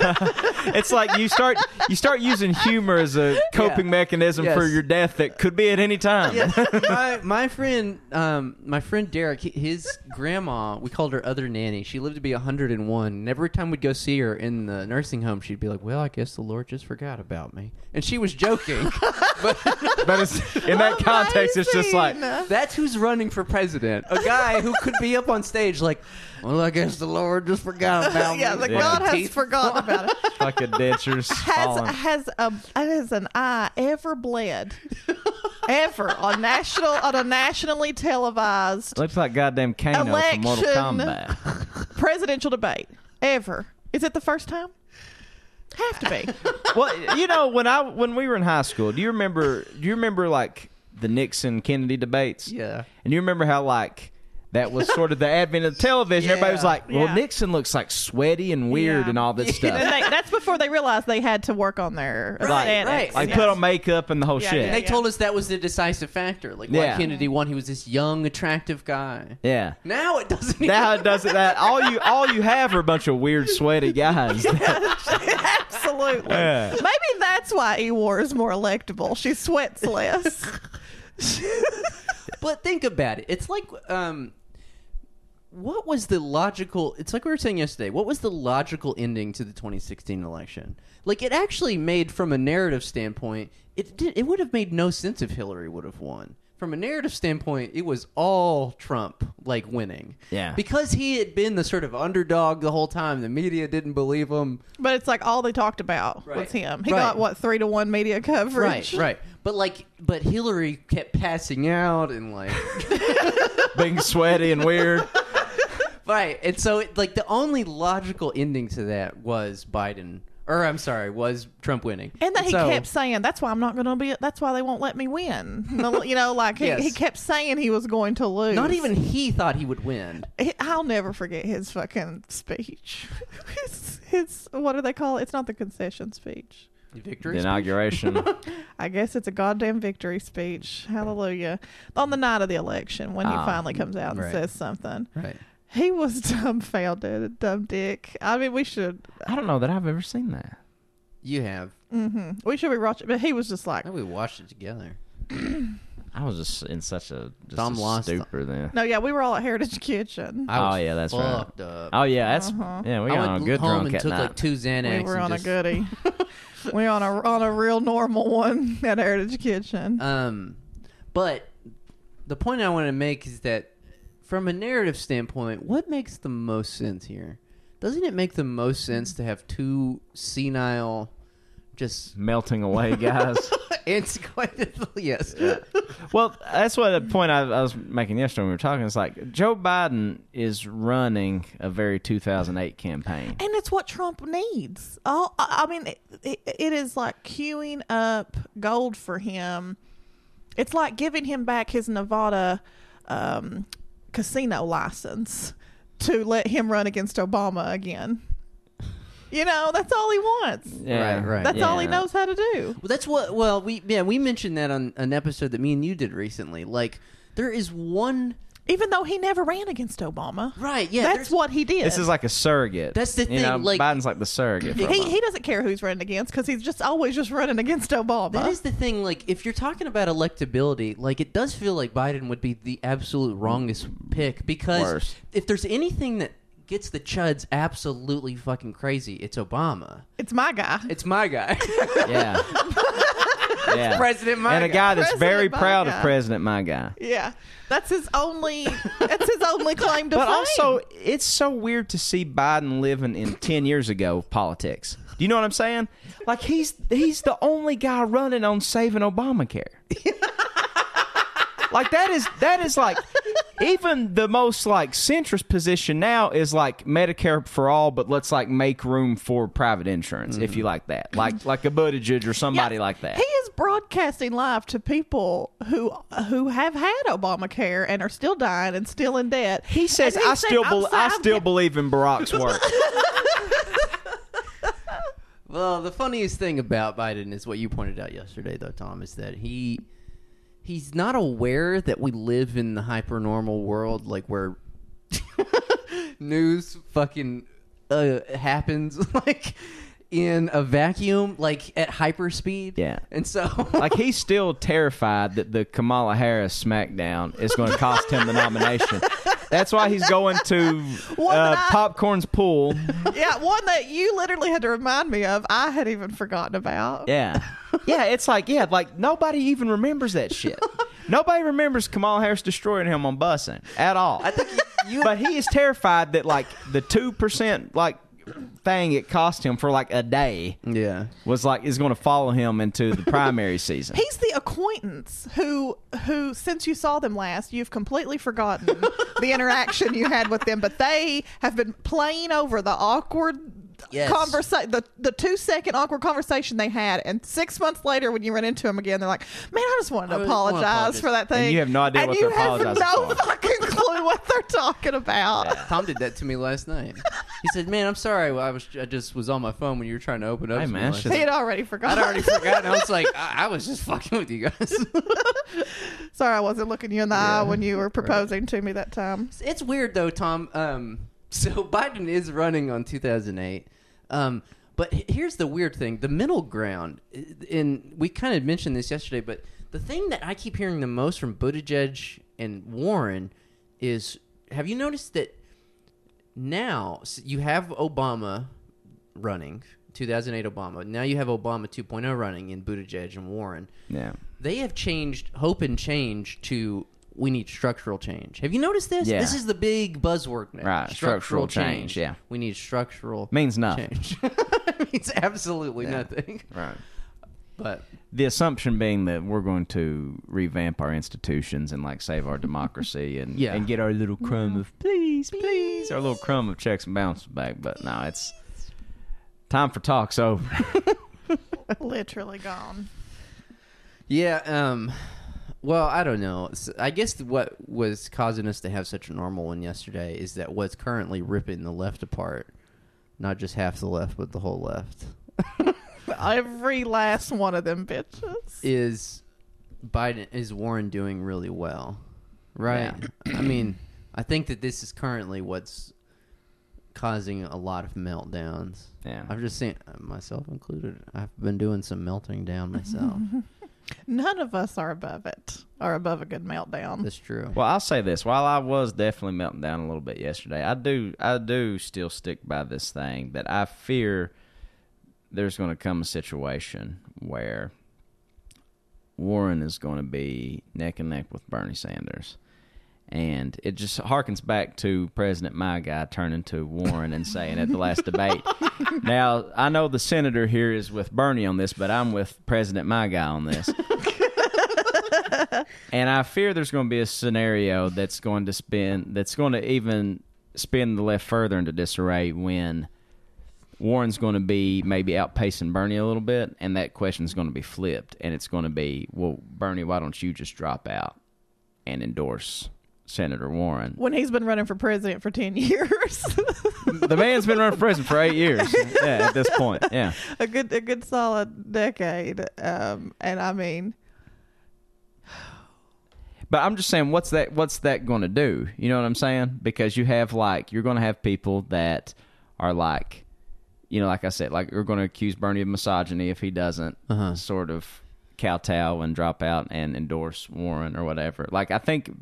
B: it's like you start you start using humor as a coping
A: Yeah.
B: mechanism for
A: Yes.
B: your death that could be at any time.
A: Yeah. my my friend, um, my friend Derek, hi- his grandma, we called her other nanny. She lived to be 101. And every time we'd go see her in the nursing home, she'd be like, "Well, I guess the Lord just forgot about me," and she was joking. but
B: But it's, in that context, it's just like
C: Amazing.
A: That's who's running for president. A guy who could be up on stage like, well, I guess the Lord just forgot about me.
C: yeah, the
A: With
C: God
A: the
C: has
A: teeth.
C: forgotten about it.
B: like a denture's
C: Has
B: falling.
C: has a has an eye ever bled ever on national on a nationally televised
B: Looks like goddamn Kano from Mortal
C: Election.
B: Kombat.
C: presidential debate ever? Is it the first time? Have to be.
B: well, you know when I when we were in high school, do you remember? Do you remember like the Nixon Kennedy debates?
A: Yeah.
B: And you remember how like that was sort of the advent of television. Everybody was
A: Yeah.
B: like, "Well,
C: Yeah.
B: Nixon looks like sweaty and weird
C: Yeah.
B: and all this stuff."
C: And they, that's before they realized they had to work on their aesthetics.
A: right.
B: like
A: Yeah.
B: put on makeup and the whole
C: Yeah,
B: shit.
A: And
B: Yeah,
A: they told us that was the decisive factor. Like, why
B: Yeah.
A: Kennedy won? He was this young, attractive guy. Now it doesn't even.
B: Now it does it that all you all you have are a bunch of weird sweaty guys.
C: Absolutely.
B: Yeah.
C: Maybe that's why Ewar is more electable. She sweats less.
A: But think about it. It's like, um, what was the logical? It's like we were saying yesterday. What was the logical ending to the 2016 election? Like, it actually made, from a narrative standpoint, it did, it would have made no sense if Hillary would have won. From a narrative standpoint, it was all Trump like winning.
B: Yeah.
A: because he had been the sort of underdog the whole time. The media didn't believe him.
C: But it's like all they talked about
A: Right.
C: was him. He
A: Right.
C: got what three to one media coverage.
A: Right, right. But like, but Hillary kept passing out and like.
B: Being sweaty and weird.
A: Right, and so it, like the only logical ending to that was Biden, or I'm sorry, was Trump winning,
C: And that he
A: So-
C: kept saying, "That's why I'm not going to be. That's why they won't let me win." You know, like he,
A: Yes.
C: he kept saying he was going to lose.
A: Not even he thought he would win.
C: He- I'll never forget his fucking speech. his, his what do they call it? It's not the concession speech.
B: The
A: Victory.
B: inauguration.
C: I guess it's a goddamn victory speech. Hallelujah. On the night of the election, when he
B: Ah,
C: finally comes out and
A: right.
C: says something,
A: Right.
C: he was dumbfounded, dumb dick. I mean, we should
B: I don't know that I've ever seen that.
A: You have.
C: we should be watching, but he was just like,
A: I think we watched it together.
B: I was just in such a just
A: Tom
B: a
A: lost.
B: stupor then.
C: "No, yeah, we were all at Heritage Kitchen.
A: I
B: Oh,
A: was
B: yeah, that's right.
A: fucked Up.
B: Oh yeah, that's
C: Uh-huh.
B: yeah. We
A: I
B: got
A: went
B: on a good
A: home
B: drunk
A: and
B: at
A: took
B: night.
A: like two Xanax.
C: we were
A: and
C: on
A: just-
C: a goodie. we on a on a real normal one at Heritage Kitchen.
A: Um, but the point I want to make is that from a narrative standpoint, what makes the most sense here? Doesn't it make the most sense to have two senile Just
B: melting away, guys.
A: antiquated. yes.
B: well, that's what the point I, I was making yesterday when we were talking. It's like Joe Biden is running a very 2008 campaign.
C: And it's what Trump needs. All I I mean, it, it, it is like queuing up gold for him. It's like giving him back his Nevada um, casino license to let him run against Obama again. You know, that's all he wants.
B: Yeah,
A: Right, right.
C: That's all he
B: Yeah.
C: knows how to do.
A: Well, that's what. Well, we yeah we mentioned that on an episode that me and you did recently. Like there is one
C: Even though he never ran against Obama.
A: right. Yeah,
C: that's
A: there's-
C: what he did.
B: This is like a surrogate.
A: That's the
B: You know,
A: thing, like-
B: Biden's like the surrogate. For
C: he,
B: Obama.
C: he doesn't care who he's running against because he's just always just running against Obama.
A: That is the thing. Like, if you're talking about electability, like it does feel like Biden would be the absolute wrongest pick because
B: Worse.
A: if there's anything that gets the chuds absolutely fucking crazy, it's Obama.
C: it's my guy.
A: It's my guy,
B: yeah. yeah.
A: President. My
B: and a guy that's
C: President
B: very
C: my
B: proud
C: guy.
B: of President My Guy.
C: Yeah, that's his only. that's his only claim to
B: But
C: fame.
B: also, it's so weird to see Biden living in ten years ago politics. Do you know what I'm saying? Like he's he's the only guy running on saving Obamacare. like that is that is like even the most like centrist position now is like Medicare for all, but let's like make room for private insurance if you like that, like like a Buttigieg or
C: Mm. Yeah,
B: somebody like that.
C: He is broadcasting live to people who who have had Obamacare and are still dying and still in debt.
B: He says,
C: And he
B: "I
C: said,
B: still,
C: "I'm
B: bel
C: sorry,
B: I
C: I'm
B: still
C: get-"
B: believe in Barack's work."
A: Well, the funniest thing about Biden is what you pointed out yesterday, though, Tom, is that he he's not aware that we live in the hypernormal world, like where news fucking uh, happens, like in a vacuum, like at hyper speed.
B: Yeah.
A: and so
B: like he's still terrified that the Kamala Harris SmackDown is going to cost him the nomination. That's why he's going to
C: Wasn't
B: uh,
C: I-
B: popcorn's pool.
C: yeah, one that you literally had to remind me of. I had even forgotten about.
B: Yeah, yeah. It's like yeah, like nobody even remembers that shit. Nobody remembers Kamala Harris destroying him on busing at all.
A: I think you,
B: but he is terrified that like the two percent like thing it cost him for like a day
A: yeah.
B: was like is going to follow him into the primary season.
C: He's the acquaintance who who since you saw them last, you've completely forgotten the interaction you had with them, but they have been playing over the awkward
A: Yes.
C: conversation the, the two second awkward conversation they had and six months later when you run into them again they're like man i just
A: I
C: wanted to
A: really wanna
C: apologize,
A: apologize."
C: for that
B: And
C: thing
B: you have no idea
C: And
B: what
C: you
B: they're
C: have
B: apologizing
C: no
B: for.
C: fucking clue what they're talking about
A: Tom did that to me last night. He said, "Man, I'm sorry. I was I just was on my phone when you were trying to open up."
B: Hey,
A: to me
B: man,
A: last
B: shit's
C: he
A: night."
C: had already forgotten
A: I'd already forgotten. I was like, I, I was just fucking with you guys.
C: sorry i wasn't looking you in the eye when you were proposing to me that time
A: It's weird though, Tom. Um, so Biden is running on 2008. Um, but h- here's the weird thing: the middle ground, i- and we kind of mentioned this yesterday. But the thing that I keep hearing the most from Buttigieg and Warren is: Have you noticed that now s- you have Obama running 2008 Obama? Now you have Obama 2.0 running in Buttigieg and Warren
B: Yeah.
A: they have changed hope and change to we need structural change. Have you noticed this?
B: Yeah.
A: This is the big buzzword now.
B: Right, structural change, yeah.
A: we need structural
B: Means nothing.
A: change. it means absolutely nothing.
B: Right.
A: But
B: the assumption being that we're going to revamp our institutions and like save our democracy and
A: Yeah.
B: and get our little crumb of please, please, our little crumb of checks and bounces back. But no, it's time for talks over.
C: literally gone
A: yeah, um, well, I don't know. S- I guess what was causing us to have such a normal one yesterday is that what's currently ripping the left apart, not just half the left, but the whole left,
C: Every last one of them bitches.
A: is Biden is Warren doing really well, right? I mean, I think that this is currently what's causing a lot of meltdowns.
B: Yeah.
A: I've just seen myself included. I've been doing some melting down myself.
C: None of us are above it, or above a good meltdown.
A: That's true.
B: Well, I'll say this: while I was definitely melting down a little bit yesterday, I do, I do still stick by this thing that I fear there's going to come a situation where Warren is going to be neck and neck with Bernie Sanders, And it just harkens back to President My Guy turning to Warren and saying at the last debate. Now, I know the senator here is with Bernie on this, but I'm with President My Guy on this. and I fear there's going to be a scenario that's going to spin, that's going to even spin the left further into disarray when Warren's going to be maybe outpacing Bernie a little bit, and that question's going to be flipped, and it's going to be, well, Bernie, why don't you just drop out and endorse Senator Warren?
C: when he's been running for president for 10 years.
B: the man's been running for president for eight years. Yeah, at this point, yeah.
C: a good a good solid decade. Um, and I mean,
B: But I'm just saying, what's that? What's that going to do? You know what I'm saying? Because you have like you're going to have people that are like, you know, like I said, like you're going to accuse Bernie of misogyny if he doesn't
A: Uh-huh.
B: sort of kowtow and drop out and endorse Warren or whatever. Like I think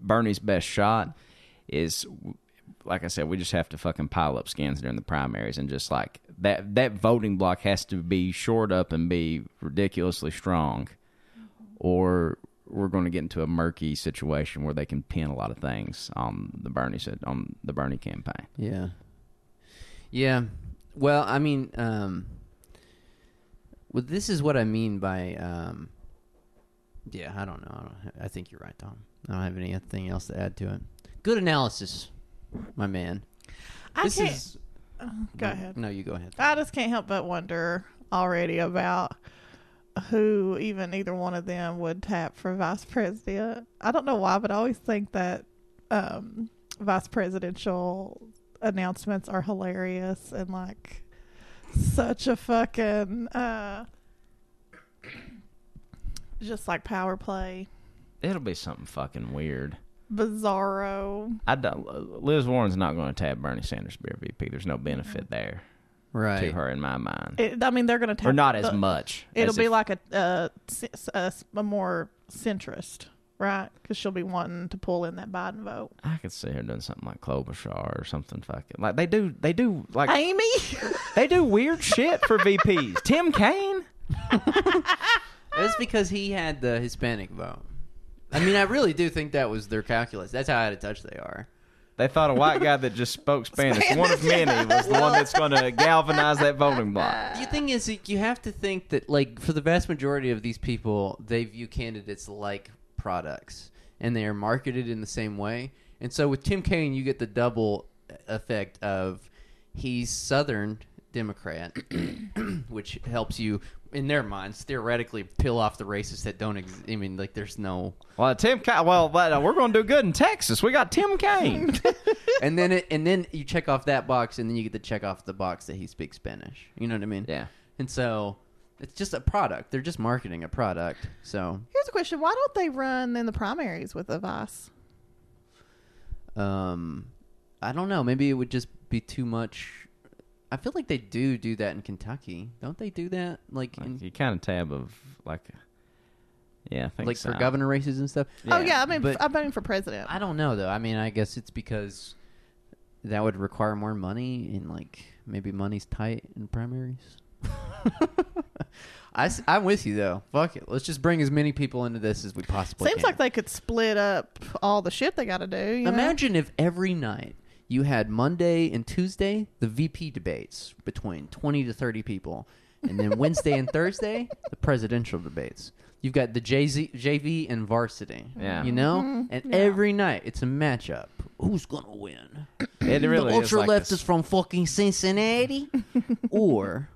B: Bernie's best shot is, like I said, we just have to fucking pile up skins during the primaries and just like that that voting block has to be shored up and be ridiculously strong or we're going to get into a murky situation where they can pin a lot of things on the Bernie said on the Bernie campaign.
A: Yeah. Yeah. Well, I mean, um, well, this is what I mean by, um, yeah, I don't know. I, don't, ha- I think you're right, Tom. I don't have anything else to add to it. Good analysis, my man.
C: I
A: this
C: can't. uh,
A: is.
C: go ahead.
A: No, you go ahead.
C: I just can't help but wonder already about who even either one of them would tap for vice president. I don't know why, but I always think that um, vice presidential announcements are hilarious and like such a fucking uh, just like power play,
B: It'll be something fucking weird.
C: bizarro.
B: I don't, Liz Warren's not going to tab Bernie Sanders to be a VP. There's no benefit there to
A: Right.
B: her in my mind,
C: It, I mean, they're gonna tap
B: or not as
C: the-
B: much.
C: It'll
B: as
C: be
B: if-
C: like a, a, a, a more centrist, right? Because she'll be wanting to pull in that Biden vote.
B: I could see her doing something like Klobuchar or something fucking like they do. They do like
C: Amy,
B: they do weird shit for VPs. Tim Kaine.
A: That's because he had the Hispanic vote. I mean, I really do think that was their calculus. That's how out of touch they are.
B: They thought a white guy that just spoke Spanish, one of many, was the one that's going to galvanize that voting block.
A: The thing is, that you have to think that, like, for the vast majority of these people, they view candidates like products, and they are marketed in the same way. And so, with Tim Kaine, you get the double effect of he's Southern Democrat, which helps you, in their minds, theoretically peel off the racists that don't. Ex- I mean, like, there's no.
B: Well, Tim Kaine. Well, but, uh, we're going to do good in Texas. We got Tim Kaine.
A: and then it, and then you check off that box, and then you get to check off the box that he speaks Spanish. You know what I mean?
B: yeah.
A: And so it's just a product. They're just marketing a product. So
C: here's a question: Why don't they run in the primaries with a vice?
A: um, I don't know. Maybe it would just be too much. I feel like they do do that in Kentucky, don't they? Do that like
B: Like,
A: in,
B: you kind of tab of like, yeah, I think
A: like for
B: so.
A: governor races and stuff.
C: oh yeah, I mean,
A: but-
C: I'm voting for president.
A: I don't know though. I mean, I guess it's because that would require more money, and like maybe money's tight in primaries. I, am with you though. Fuck it. Let's just bring as many people into this as we possibly
C: Seems
A: can.
C: like they could split up all the shit they got to do. You know?
A: Imagine if every night you had Monday and Tuesday the VP debates between 20 to 30 people, and then Wednesday and Thursday the presidential debates. You've got the JZ, JV and varsity.
B: Yeah.
A: You know?
C: Mhm,
A: And
C: yeah.
A: every night it's a matchup. Who's going to win?
B: It really
A: the
B: is
A: ultra
B: like
A: left
B: this-
A: is from fucking Cincinnati or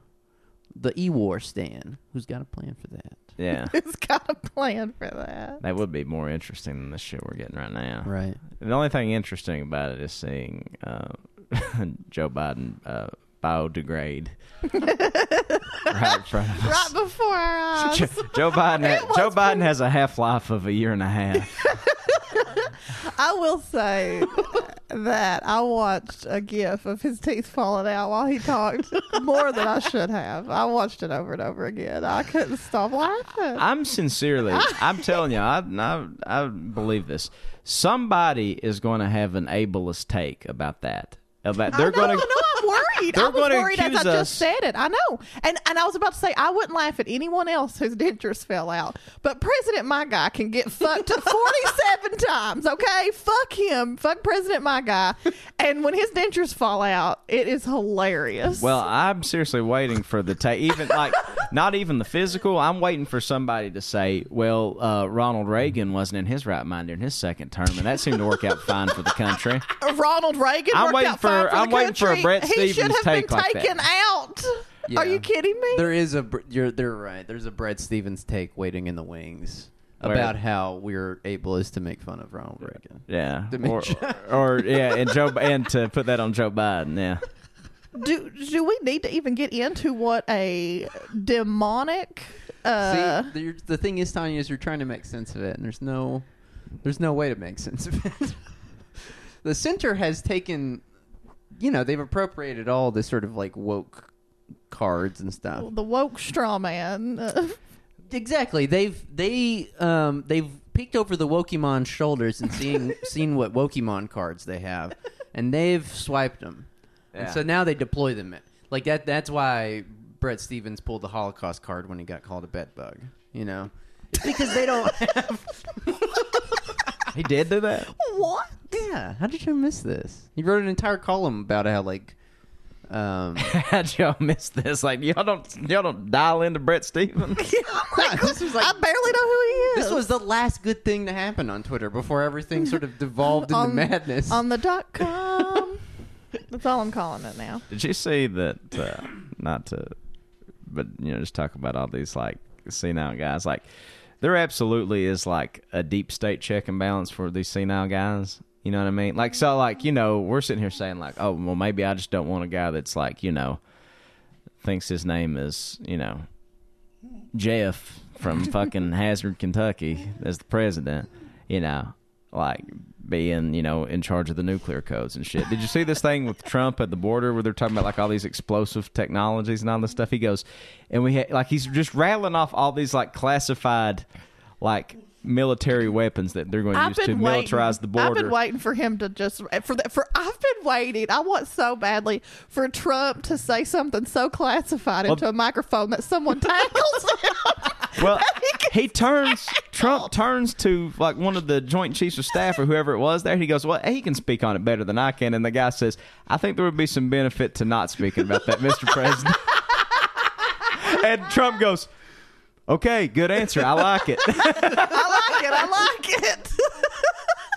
A: the Ewar stand. Who's got a plan for that?
B: Yeah,
C: Who's got a plan for that?
B: that would be more interesting than the shit we're getting right now.
A: Right.
B: The only thing interesting about it is seeing uh, Joe Biden uh, biodegrade right in front of
C: Right
B: us.
C: before our eyes.
B: Jo- Joe Biden.
C: It was
B: Joe Biden has a half life of a year and a half.
C: I will say that I watched a gif of his teeth falling out while he talked more than I should have. I watched it over and over again. I couldn't stop laughing.
B: I'm sincerely, I'm telling you, I, I, I believe this. Somebody is going to have an ableist take about that. About they're
C: I know,
B: going
C: I
B: to.
C: know I'm worried.
B: They're
C: I was
B: gonna
C: worried as I
B: accuse
C: just
B: us.
C: said it. I know. And and I was about to say I wouldn't laugh at anyone else whose dentures fell out. But President My Guy can get fucked to forty seven times, okay? Fuck him. Fuck President My Guy. And when his dentures fall out, it is hilarious.
B: Well, I'm seriously waiting for the ta Even like, not even the physical. I'm waiting for somebody to say, "Well, uh, Ronald Reagan wasn't in his right mind during his second term, and that seemed to work out fine for the country."
C: Ronald Reagan
B: I'm
C: worked
B: waiting
C: out fine
B: for-
C: for the
B: I'm waiting for a
C: country.
B: Bret
C: he should
B: Stevens
C: have
B: take
C: been
B: like that.
C: taken out.
A: Yeah.
C: Are you kidding me?
A: There is a Br- you're they're right. There's a Brad Stevens take waiting in the wings
B: Where-
A: about how we're ableist to make fun of Ronald Reagan.
B: Yeah, or,
A: Dementia.
B: or yeah, and Joe and to put that on Joe Biden. Yeah,
C: do do we need to even get into what a demonic uh
A: See, the, the thing is, Tanya, is you're trying to make sense of it, and there's no, there's no way to make sense of it. the center has taken, you know, they've appropriated all this sort of like woke cards and stuff.
C: the woke straw man uh,
A: Exactly. They've they um they've peeked over the Wokimon's shoulders and seen seen what Wokimon cards they have, and they've swiped them, and
B: Yeah.
A: so now they deploy them. Like that. That's why Brett Stevens pulled the Holocaust card when he got called a bed bug. You know, it's because they don't. Have,
B: he did do that.
C: what
A: yeah. How did you miss this? He wrote an entire column about how like. Um,
B: How'd y'all miss this? Like y'all don't y'all don't dial into Brett Stevens.
A: this was
C: Oh i
A: like
C: barely know who he is
A: this was the last good thing to happen on Twitter before everything sort of devolved into madness.
C: on the dot com that's all i'm calling it now
B: Did you see that? Uh, not to, but you know, just talk about all these like senile guys. Like there absolutely is like a deep state check and balance for these senile guys. You know what I mean? Like so, like you know, we're sitting here saying like, oh, well, maybe I just don't want a guy that's like you know thinks his name is you know
C: Hmm.
B: Jeff from fucking Hazard, Kentucky, as the president. You know, like being you know in charge of the nuclear codes and shit. Did you see this thing with Trump at the border where they're talking about like all these explosive technologies and all this stuff? He goes, and we ha- like he's just rattling off all these like classified, like military weapons that they're going to
C: I've
B: use to
C: been waiting.
B: militarize the border.
C: I've been waiting for him to just for that. For I've been waiting. I want so badly for Trump to say something so classified into a microphone that someone tackles him.
B: Well, he turns. Trump turns to like one of the Joint Chiefs of Staff or whoever it was there. He goes, "Well, he can speak on it better than I can." And the guy says, "I think there would be some benefit to not speaking about that, Mr. President." and Trump goes, "Okay, good answer. I like it."
C: I like it. I like it.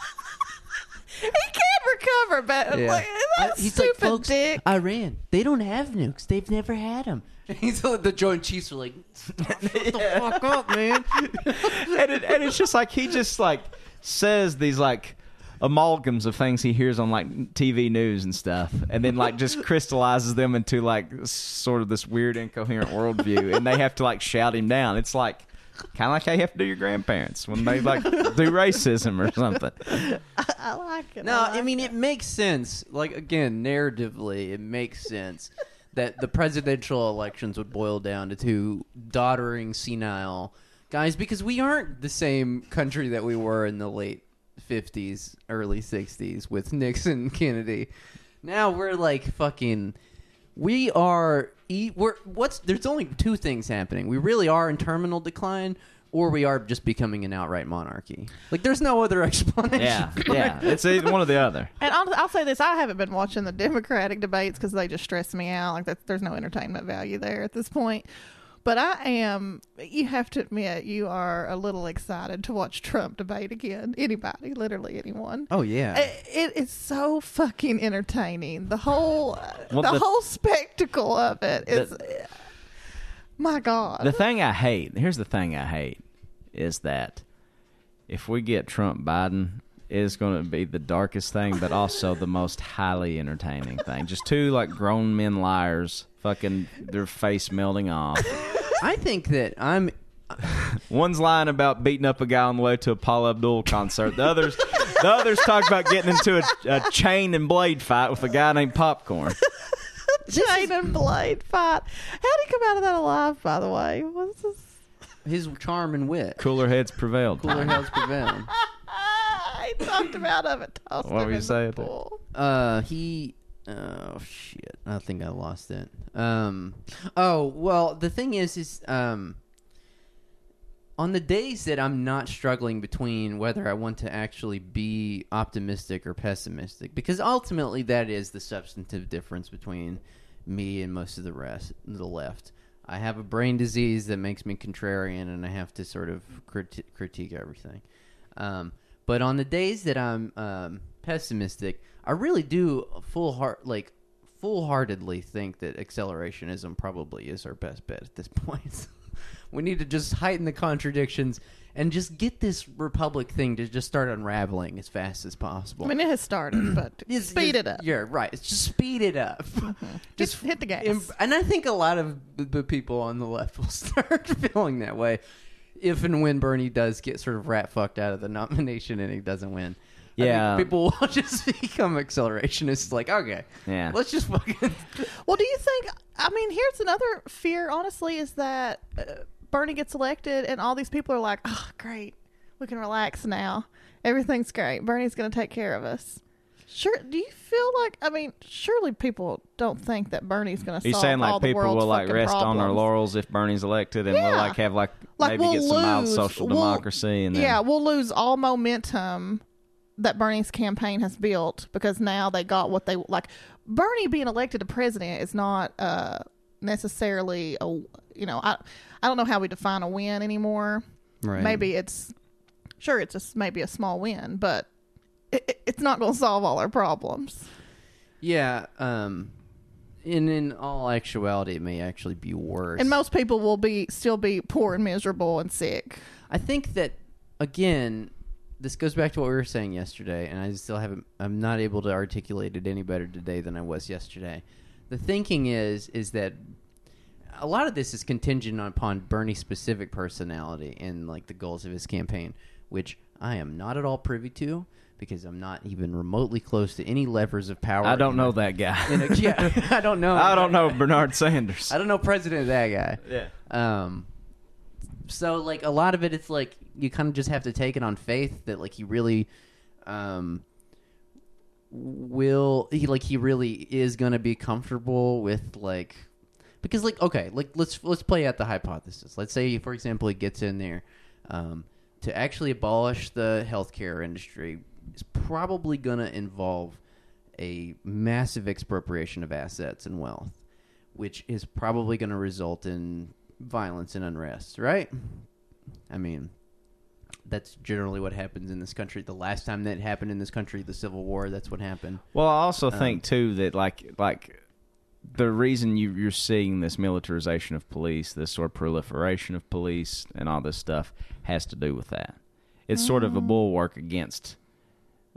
C: he can recover, but
A: Yeah.
C: like, that's
A: I- he's like,
C: stupid
A: folks,
C: dick.
A: Iran, they don't have nukes. They've never had them. He's like, the Joint Chiefs are like, shut the fuck up, man.
B: and, it, and it's just like he just like says these like amalgams of things he hears on like TV news and stuff, and then like just crystallizes them into like sort of this weird incoherent worldview, and they have to like shout him down. It's like kind of like how you have to do your grandparents when they like do racism or something.
C: I, I like it.
A: No, I
C: like
A: mean,
C: it.
A: it makes sense. Like, again, narratively, it makes sense that the presidential elections would boil down to two doddering, senile guys because we aren't the same country that we were in the late 50s, early 60s with Nixon, Kennedy. Now we're like fucking. We are. e- We're what's there's only two things happening. We really are in terminal decline, or we are just becoming an outright monarchy. Like there's no other explanation.
B: Yeah,
A: for it.
B: yeah. It's either one or the other.
C: And I'll, I'll say this: I haven't been watching the Democratic debates because they just stress me out. Like that's, there's no entertainment value there at this point. But I am. You have to admit, you are a little excited to watch Trump debate again. Anybody, literally anyone.
A: Oh yeah.
C: It, it is so fucking entertaining. The whole,
B: Well,
C: the,
B: the-
C: whole spectacle of it is. my God.
B: The thing I hate, here's the thing I hate, is that if we get Trump Biden, it's going to be the darkest thing, but also the most highly entertaining thing. Just two like grown men liars, fucking their face melting off.
A: I think that I'm
B: One's lying about beating up a guy on the way to a Paul Abdul concert. The others, the others talk about getting into a, a chain and blade fight with a guy named Popcorn.
C: Chain and blade fight. How'd he come out of that alive, by the way? What's this?
A: his charm and wit.
B: Cooler heads prevailed.
A: Cooler heads prevail.
C: Ah, he talked him out of it. Tossed
B: What
C: him
B: were you
C: in the
B: saying?
C: pool.
A: Uh, he Oh shit! I think I lost it. Um. Oh well, the thing is, is um. On the days that I'm not struggling between whether I want to actually be optimistic or pessimistic, because ultimately that is the substantive difference between me and most of the rest, the left. I have a brain disease that makes me contrarian, and I have to sort of criti- critique everything. Um, but on the days that I'm um, pessimistic, I really do full heart like full heartedly think that accelerationism probably is our best bet at this point. we need to just heighten the contradictions and just get this republic thing to just start unraveling as fast as possible.
C: I mean, it has started, but
A: Yes,
C: speed
A: yes,
C: it up. Mm-hmm.
A: Yeah, right. It's Just speed it up.
C: Just hit the gas.
A: Im- And I think a lot of the- the people on the left will start feeling that way if and when Bernie does get sort of rat fucked out of the nomination and he doesn't win. I think
B: Yeah.
A: people will just become accelerationists. Like, okay,
B: Yeah.
A: let's just fucking.
C: Well, do you think? I mean, here's another fear. Honestly, is that uh, Bernie gets elected, and all these people are like, "Oh, great, we can relax now. Everything's great. Bernie's going to take care of us." Sure. Do you feel like? I mean, surely people don't think that Bernie's going to.
B: He's
C: solve
B: saying
C: all
B: like
C: the
B: people
C: world's
B: will like
C: fucking
B: rest on their
C: problems.
B: laurels if Bernie's elected, and
C: Yeah.
B: we'll like have like,
C: Like,
B: maybe
C: we'll
B: get some mild
C: lose.
B: social
C: We'll-
B: democracy, and then,
C: Yeah, we'll lose all momentum that Bernie's campaign has built because now they got what they like. Bernie being elected to president is not uh, necessarily a you know I I don't know how we define a win anymore.
A: Right.
C: Maybe it's sure it's just maybe a small win, but it, it- it's not going to solve all our problems.
A: Yeah. Um. And in all actuality, it may actually be worse.
C: And most people will be still be poor and miserable and sick.
A: I think that again, this goes back to what we were saying yesterday, and I still haven't. I'm not able to articulate it any better today than I was yesterday. The thinking is is that a lot of this is contingent upon Bernie's specific personality and like the goals of his campaign, which I am not at all privy to because I'm not even remotely close to any levers of power.
B: I don't
A: in
B: know
A: a-
B: that
A: in a-
B: guy.
A: yeah, I don't know.
B: I don't know Bernard Sanders.
A: I don't know president of that guy.
B: Yeah.
A: Um, so like a lot of it, it's like you kind of just have to take it on faith that like he really, um, will he like he really is gonna be comfortable with like because like okay like let's let's play out the hypothesis. Let's say for example he gets in there, um, to actually abolish the healthcare industry is probably gonna involve a massive expropriation of assets and wealth which is probably going to result in violence and unrest, right? I mean, that's generally what happens in this country. The last time that happened in this country, the Civil War, that's what happened.
B: Well, I also
C: Uh-huh.
B: think too that like like the reason you you're seeing this militarization of police, this sort of proliferation of police, and all this stuff has to do with that. It's sort
C: Mm.
B: of a bulwark against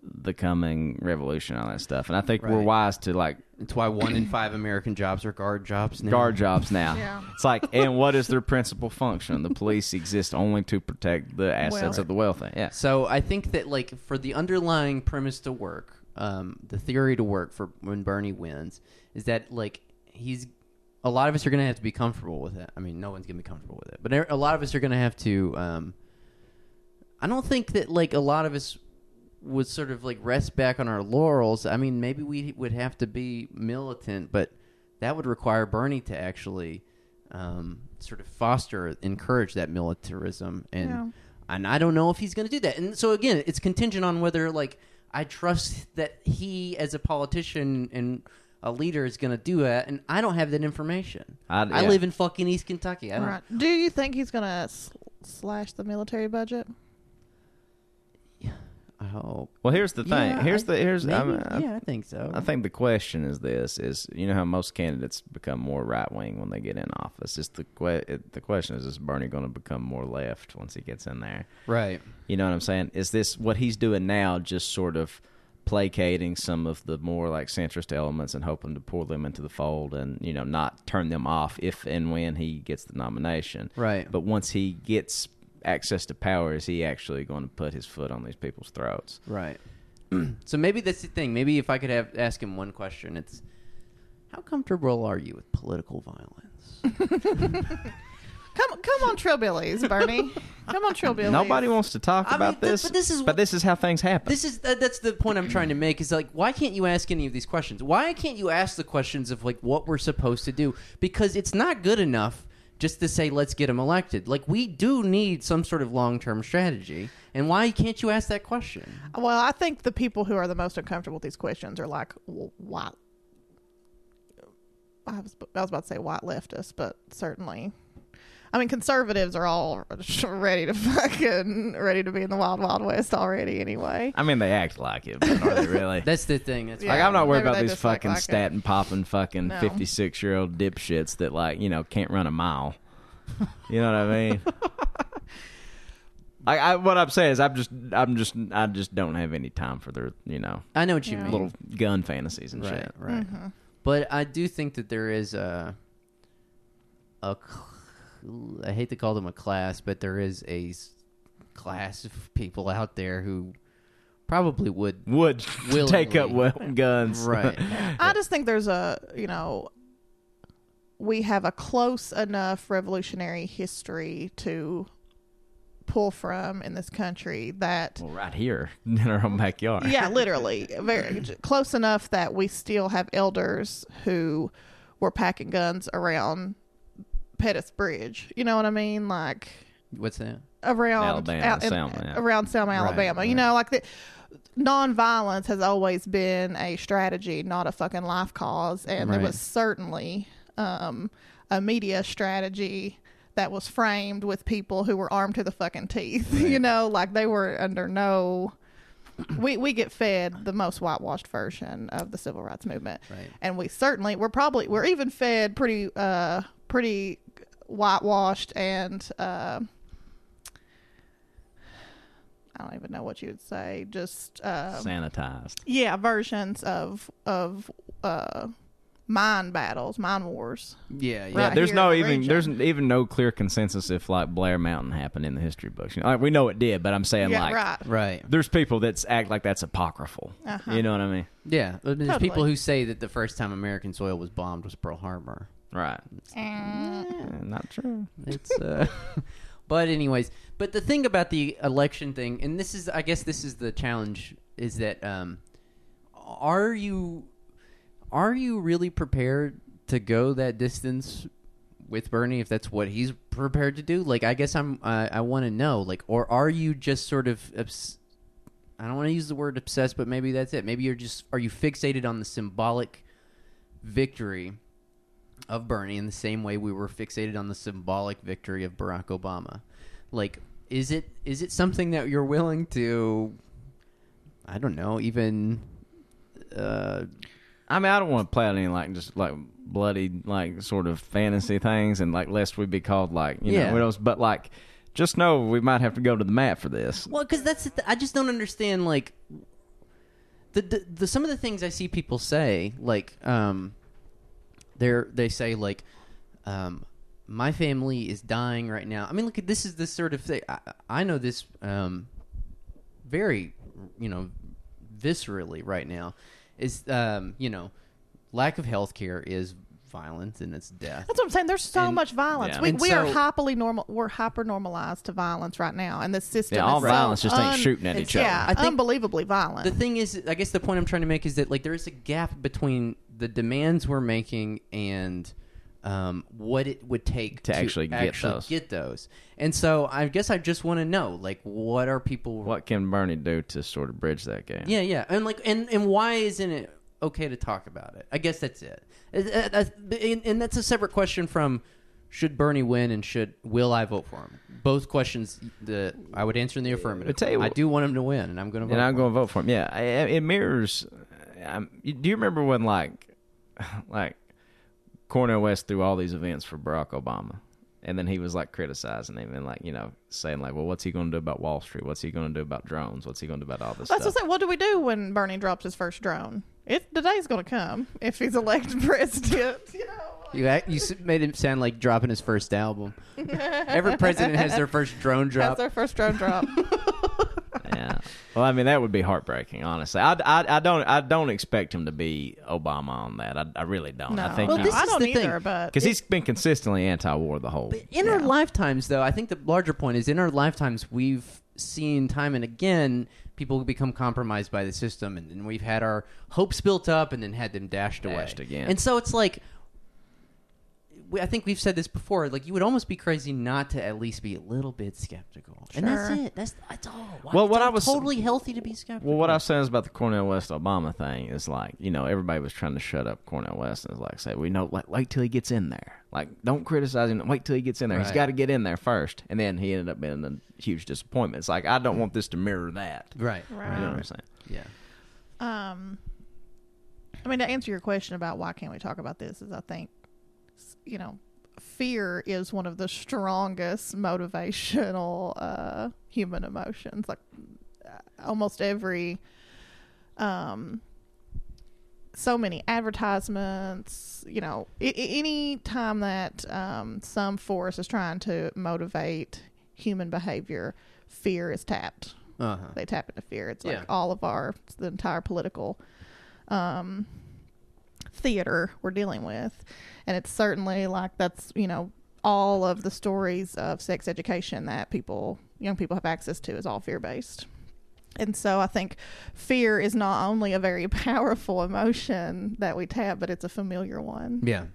B: the coming revolution, and all that stuff. And I think we're
A: Right.
B: wise to like
A: It's why one in five American jobs are guard jobs now.
B: guard jobs now.
C: Yeah.
B: It's like, and what is their principal function? The police exist only to protect the assets of the wealthy. Yes.
A: So I think that like for the underlying premise to work, um, the theory to work for when Bernie wins is that like he's a lot of us are going to have to be comfortable with it. I mean, no one's going to be comfortable with it, but a lot of us are going to have to. Um, I don't think that like a lot of us would sort of like rest back on our laurels. I mean, maybe we would have to be militant, but that would require Bernie to actually um, sort of foster, encourage that militarism, and
C: Yeah.
A: and I don't know if he's going to do that. And so again, it's contingent on whether like I trust that he as a politician and a leader is going to do that, and I don't have that information.
B: I- yeah.
A: live in fucking East Kentucky. I don't.
C: Right. Do you think he's going to sl- slash the military budget?
A: I hope.
B: Well, here's the thing.
A: Yeah,
B: here's
A: I-
B: the here's. I
A: maybe-
B: mean, I-
A: yeah, I think so.
B: I think the question is this: is you know how most candidates become more right wing when they get in office. It's the que- it, the question is: is Bernie going to become more left once he gets in there?
A: right.
B: You know what I'm saying? Is this what he's doing now? Just sort of placating some of the more like centrist elements and hoping to pull them into the fold and you know not turn them off if and when he gets the nomination.
A: Right.
B: But once he gets access to power, is he actually going to put his foot on these people's throats?
A: Right. so maybe that's the thing. Maybe if I could have ask him one question, it's how comfortable are you with political violence?
C: Come, come on, Trillbillies, Bernie. Come on, Trillbillies.
B: Nobody wants to talk
A: I mean,
B: about
A: th-
B: this,
A: but this is-
B: but this is how things happen.
A: This is that, that's the point I'm trying to make. Is like, why can't you ask any of these questions? Why can't you ask the questions of like what we're supposed to do? Because it's not good enough just to say let's get them elected. Like we do need some sort of long term strategy. And why can't you ask that question?
C: Well, I think the people who are the most uncomfortable with these questions are like, well, why? I was, I was about to say white leftists, but certainly. I mean, conservatives are all ready to fucking ready to be in the wild, wild west already. Anyway,
B: I mean, they act like it, but are they really?
A: That's the thing. That's
B: like
A: why-
B: I'm not worried
C: Maybe
B: about
C: they
B: these
C: just like
B: fucking
C: like it.
B: statin popping fucking
C: No.
B: 56 year old dipshits that like you know can't run a mile. You know what I mean? I, I what I'm saying is I'm just I'm just I just don't have any time for their you know
A: I know what you
C: Yeah.
A: mean.
B: little gun fantasies and
A: right,
B: shit.
C: Mm-hmm.
A: right. But I do think that there is a a cl- I hate to call them a class, but there is a s- class of people out there who probably would
B: Would take up
A: Willingly.
B: we- guns
A: right.
C: I just think there's a you know, we have a close enough revolutionary history to pull from in this country that
B: Well, right here in our own backyard.
C: yeah, literally, very j- close enough that we still have elders who were packing guns around Pettus Bridge. You know what I mean? Like
A: What's that?
C: around
B: Alabama,
C: out in-
B: Selma, yeah.
C: around Selma,
A: Right,
C: Alabama. You
A: right.
C: know, like the nonviolence has always been a strategy, not a fucking life cause, and
A: Right.
C: it was certainly um, a media strategy that was framed with people who were armed to the fucking teeth. You know, like they were under no. We, we get fed the most whitewashed version of the civil rights movement
A: Right.
C: and we certainly we're probably we're even fed pretty uh pretty whitewashed and uh, I don't even know what you would say just uh
B: sanitized.
C: yeah versions of of uh mind battles mind wars
A: Yeah, yeah.
C: Right.
B: Yeah, there's
C: here
B: no
C: in the
B: even
C: region.
B: there's even no clear consensus if like Blair Mountain happened in the history books. You know, like, we know it did, but I'm saying
C: yeah
B: like
C: right
A: Right.
B: there's people that act like that's apocryphal. You know what I mean?
A: Yeah. There's
C: Totally.
A: people who say that the first time American soil was bombed was Pearl Harbor.
B: Right.
C: Mm.
B: not true.
A: It's uh But anyways, but the thing about the election thing and this is I guess this is the challenge is that um are you are you really prepared to go that distance with Bernie if that's what he's prepared to do? Like I guess I'm I I want to know like or are you just sort of obs- I don't want to use the word obsessed, but maybe that's it. Maybe you're just are you fixated on the symbolic victory of Bernie in the same way we were fixated on the symbolic victory of Barack Obama. Like, is it is it something that you're willing to? I don't know. Even uh,
B: I mean, I don't want to play out any like just like bloody like sort of fantasy things, and like lest we be called like you
A: Yeah.
B: know widows. But like, just know we might have to go to the mat for this.
A: well, because that's the th- I just don't understand like the, the the some of the things I see people say like um they're they say like um my family is dying right now. I mean, look at this is the sort of thing I, I know this um very you know viscerally right now is um you know lack of health care is violence and it's death
C: That's what I'm saying. There's so
A: And-
C: much violence.
B: yeah.
C: We,
A: And
C: we are
A: so-
C: hyperly normal. We're hyper normalized to violence right now, and the system.
B: Yeah, all
C: is so
B: violence just ain't
C: un-
B: shooting at
C: it's-
B: each other.
C: Yeah,
A: I think-
C: unbelievably violent.
A: the thing is i guess the point i'm trying to make is that like there is a gap between the demands we're making and um, what it would take
B: To actually get those.
A: get those and so i guess i just want to know like what are people
B: What can Bernie do to sort of bridge that gap?
A: yeah yeah and like and and why isn't it okay to talk about it i guess that's it Is- uh, that's- and, and that's a separate question from should bernie win and should will i vote for him both questions that i would answer in the affirmative
B: I tell you
A: i
B: what-
A: do want him to win and i'm going to vote
B: and
A: for
B: I'm
A: him.
B: going to vote for him. Yeah, I- I- it mirrors. um, you- do you remember when like, like, Cornel West threw all these events for Barack Obama, and then he was like criticizing him and like you know saying like, well, what's he going to do about Wall Street? What's he going to do about drones? What's he going to do about all this
C: That's
B: stuff?
C: what I say. What do we do when Bernie drops his first drone? It the day's gonna come if he's elected president. You know,
A: You act, you s- made him sound like dropping his first album. Every president has their first drone
C: that's
A: drop.
C: our first drone drop.
B: yeah, Well, I mean that would be heartbreaking, honestly. I, I, I don't I don't expect him to be Obama on that. I, I really don't. I
C: No.
B: think
A: Well,
B: no.
A: this
C: I
A: is
C: don't
A: the thing.
C: either, but
B: Because he's been consistently anti-war the whole.
A: In our
C: Yeah.
A: lifetimes, though, I think the larger point is in our lifetimes, we've seen time and again people become compromised by the system, and then we've had our hopes built up and then had them dashed away.
B: Dashed again.
A: And so it's like, we, I think we've said this before, like, you would almost be crazy not to at least be a little bit skeptical. And that's
C: Sure.
A: it. That's, that's all. Why-
B: Well,
A: it's
B: what
A: all
B: I was-
A: totally healthy to be skeptical.
B: Well, what I was saying is about the Cornell West Obama thing is like, you know, everybody was trying to shut up Cornell West and is like, say, we know, like, wait till he gets in there. Like, don't criticize him. Wait till he gets in there. He's
A: Right.
B: got to get in there first. And then he ended up being a huge disappointment. It's like, I don't want this to mirror that.
A: Right.
C: Right.
B: You know what I'm saying?
A: Yeah.
C: Um, I mean, to answer your question about why can't we talk about this is I think, s- you know, fear is one of the strongest motivational uh, human emotions. Like uh, almost every, um, so many advertisements, you know, I- I- any time that um, some force is trying to motivate human behavior, fear is tapped
A: Uh huh.
C: they tap into fear. It's
A: Yeah.
C: like all of our it's the entire political um theater we're dealing with. And it's certainly like that's, you know, all of the stories of sex education that people young people have access to is all fear based. And so I think fear is not only a very powerful emotion that we tap, but it's a familiar one.
A: Yeah.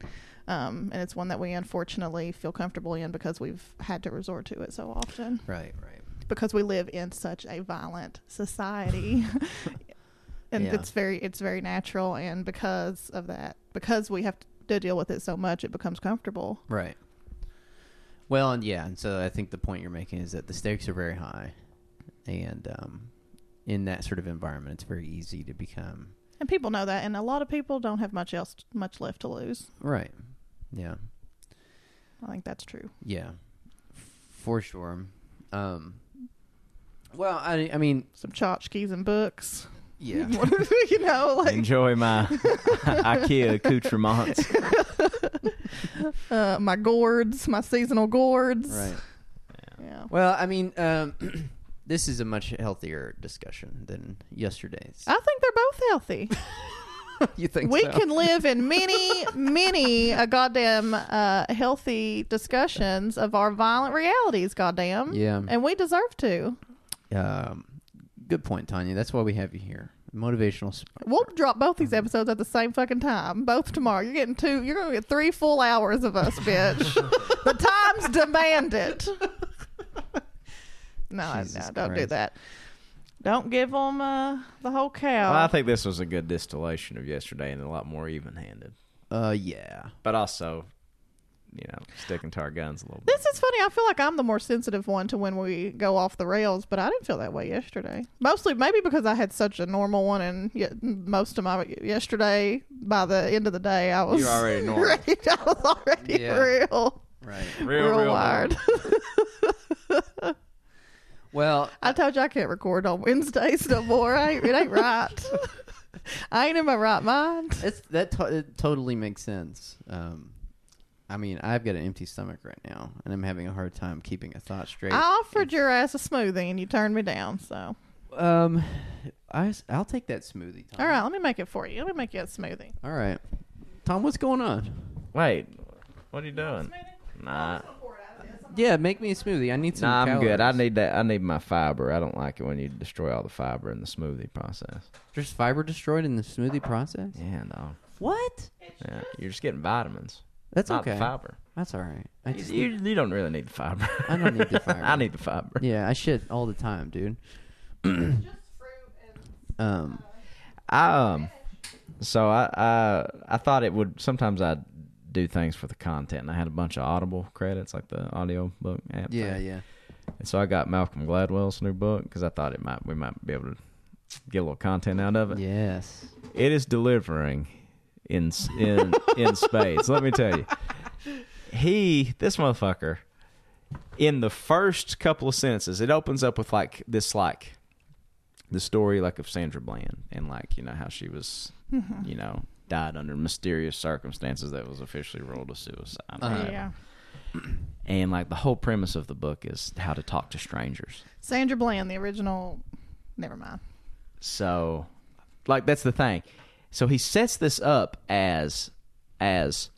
C: Um, and it's one that we unfortunately feel comfortable in because we've had to resort to it so often
A: Right, right.
C: because we live in such a violent society and
A: Yeah.
C: it's very it's very natural and because of that because we have to deal with it so much it becomes comfortable
A: Right. Well, and yeah, and so I think the point you're making is that the stakes are very high, and um, in that sort of environment, it's very easy to become
C: and people know that and a lot of people don't have much else much left to lose
A: right. Yeah,
C: i think that's true
A: yeah, for sure. Um, well, I, I mean,
C: some tchotchkes and books
A: yeah,
C: you know like
B: Enjoy my IKEA accoutrements.
C: uh, my gourds my seasonal gourds
A: right.
C: yeah
A: Well, I mean, um, this is a much healthier discussion than yesterday's.
C: i think they're both healthy
A: you think
C: Ah, we
A: so?
C: can live in many, many uh, goddamn uh, healthy discussions of our violent realities, goddamn.
A: Yeah.
C: And we deserve to.
A: Um, good point, Tanya. That's why we have you here. Motivational. Sp-
C: We'll drop both
A: Mm-hmm.
C: these episodes at the same fucking time, both tomorrow. You're getting two. You're gonna get three full hours of us, bitch. the times demand it. No, I-
A: Jesus
C: no, don't do
A: Christ.
C: that. Don't give them uh, the whole cow.
B: Well, I think this was a good distillation of yesterday and a lot more even-handed.
A: uh, yeah.
B: But also, you know, sticking to our guns a little bit.
C: This is funny. I feel like I'm the more sensitive one to when we go off the rails, but I didn't feel that way yesterday. Mostly, maybe because I had such a normal one, and yet most of my yesterday, by the end of the day, I was
B: You're already normal.
C: ready. I was already
A: Yeah.
C: real,
A: Right.
C: real, wired.
A: Well,
C: I told you I can't record on Wednesdays no more. I ain't, it ain't right. I ain't in my right mind.
A: it's that to- it totally makes sense. Um, I mean, I've got an empty stomach right now, and I'm having a hard time keeping a thought straight.
C: I offered your ass a smoothie, and you turned me down. So,
A: um, I will take that smoothie. Tom.
C: all right, let me make it for you. Let me make you a smoothie.
A: all right, Tom. What's going on?
B: Wait, what are you doing? Nah,
A: Yeah, make me a smoothie. I need some.
B: nah, I'm good. I
A: calories.
B: need that. I need my fiber. I don't like it when you destroy all the fiber in the smoothie process.
A: There's fiber destroyed in the smoothie process.
B: Yeah, no,
A: What?
B: yeah, you're just getting vitamins.
A: That's
B: not
A: okay.
B: The fiber.
A: That's all right. I
B: You,
A: just,
B: you, you don't really need the fiber.
A: I don't need the fiber.
B: I need the fiber.
A: yeah, I shit all the time, dude. Um,
B: I, um, so I, I I thought it would. Sometimes I do things for the content. and I had a bunch of Audible credits, like the audio book app. thing.
A: yeah, yeah.
B: And so I got Malcolm Gladwell's new book because I thought it might we might be able to get a little content out of it.
A: Yes.
B: It is delivering in s- in in spades. Let me tell you, he this motherfucker in the first couple of sentences, it opens up with like this like the story like of Sandra Bland and like you know how she was you know died under mysterious circumstances that was officially ruled a suicide.
A: Uh-huh.
B: right?
C: Yeah.
B: And like the whole premise of the book is how to talk to strangers.
C: Sandra Bland, the original Never mind.
B: So, like that's the thing. So he sets this up as as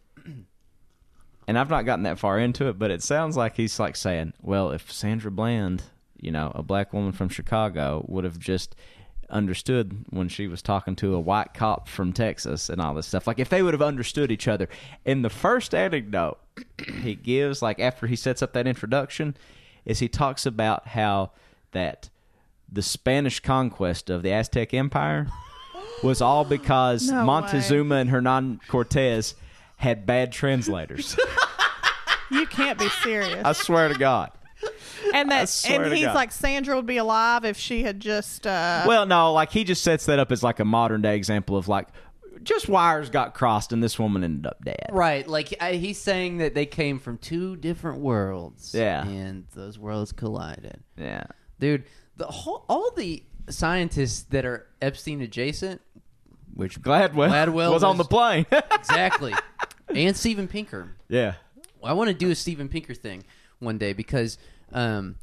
B: and I've not gotten that far into it, but it sounds like he's like saying, well, if Sandra Bland, you know, a black woman from Chicago would have just understood when she was talking to a white cop from Texas and all this stuff. Like if they would have understood each other. In the first anecdote he gives like after he sets up that introduction is he talks about how that the Spanish conquest of the Aztec Empire was all because
C: No way.
B: Montezuma and Hernan Cortez had bad translators.
C: You can't be serious.
B: I swear to God.
C: and
B: I
C: that,
B: swear
C: and
B: to
C: he's
B: God.
C: like, Sandra would be alive if she had just. Uh,
B: Well, no, like he just sets that up as like a modern day example of like just wires got crossed and this woman ended up dead.
A: Right, like I, he's saying that they came from two different worlds.
B: Yeah.
A: and those worlds collided.
B: Yeah.
A: dude. The whole, all the scientists that are Epstein adjacent, which
B: Gladwell,
A: Gladwell
B: was on the plane.
A: exactly, and Steven Pinker.
B: yeah.
A: I want to do a Steven Pinker thing one day because, um,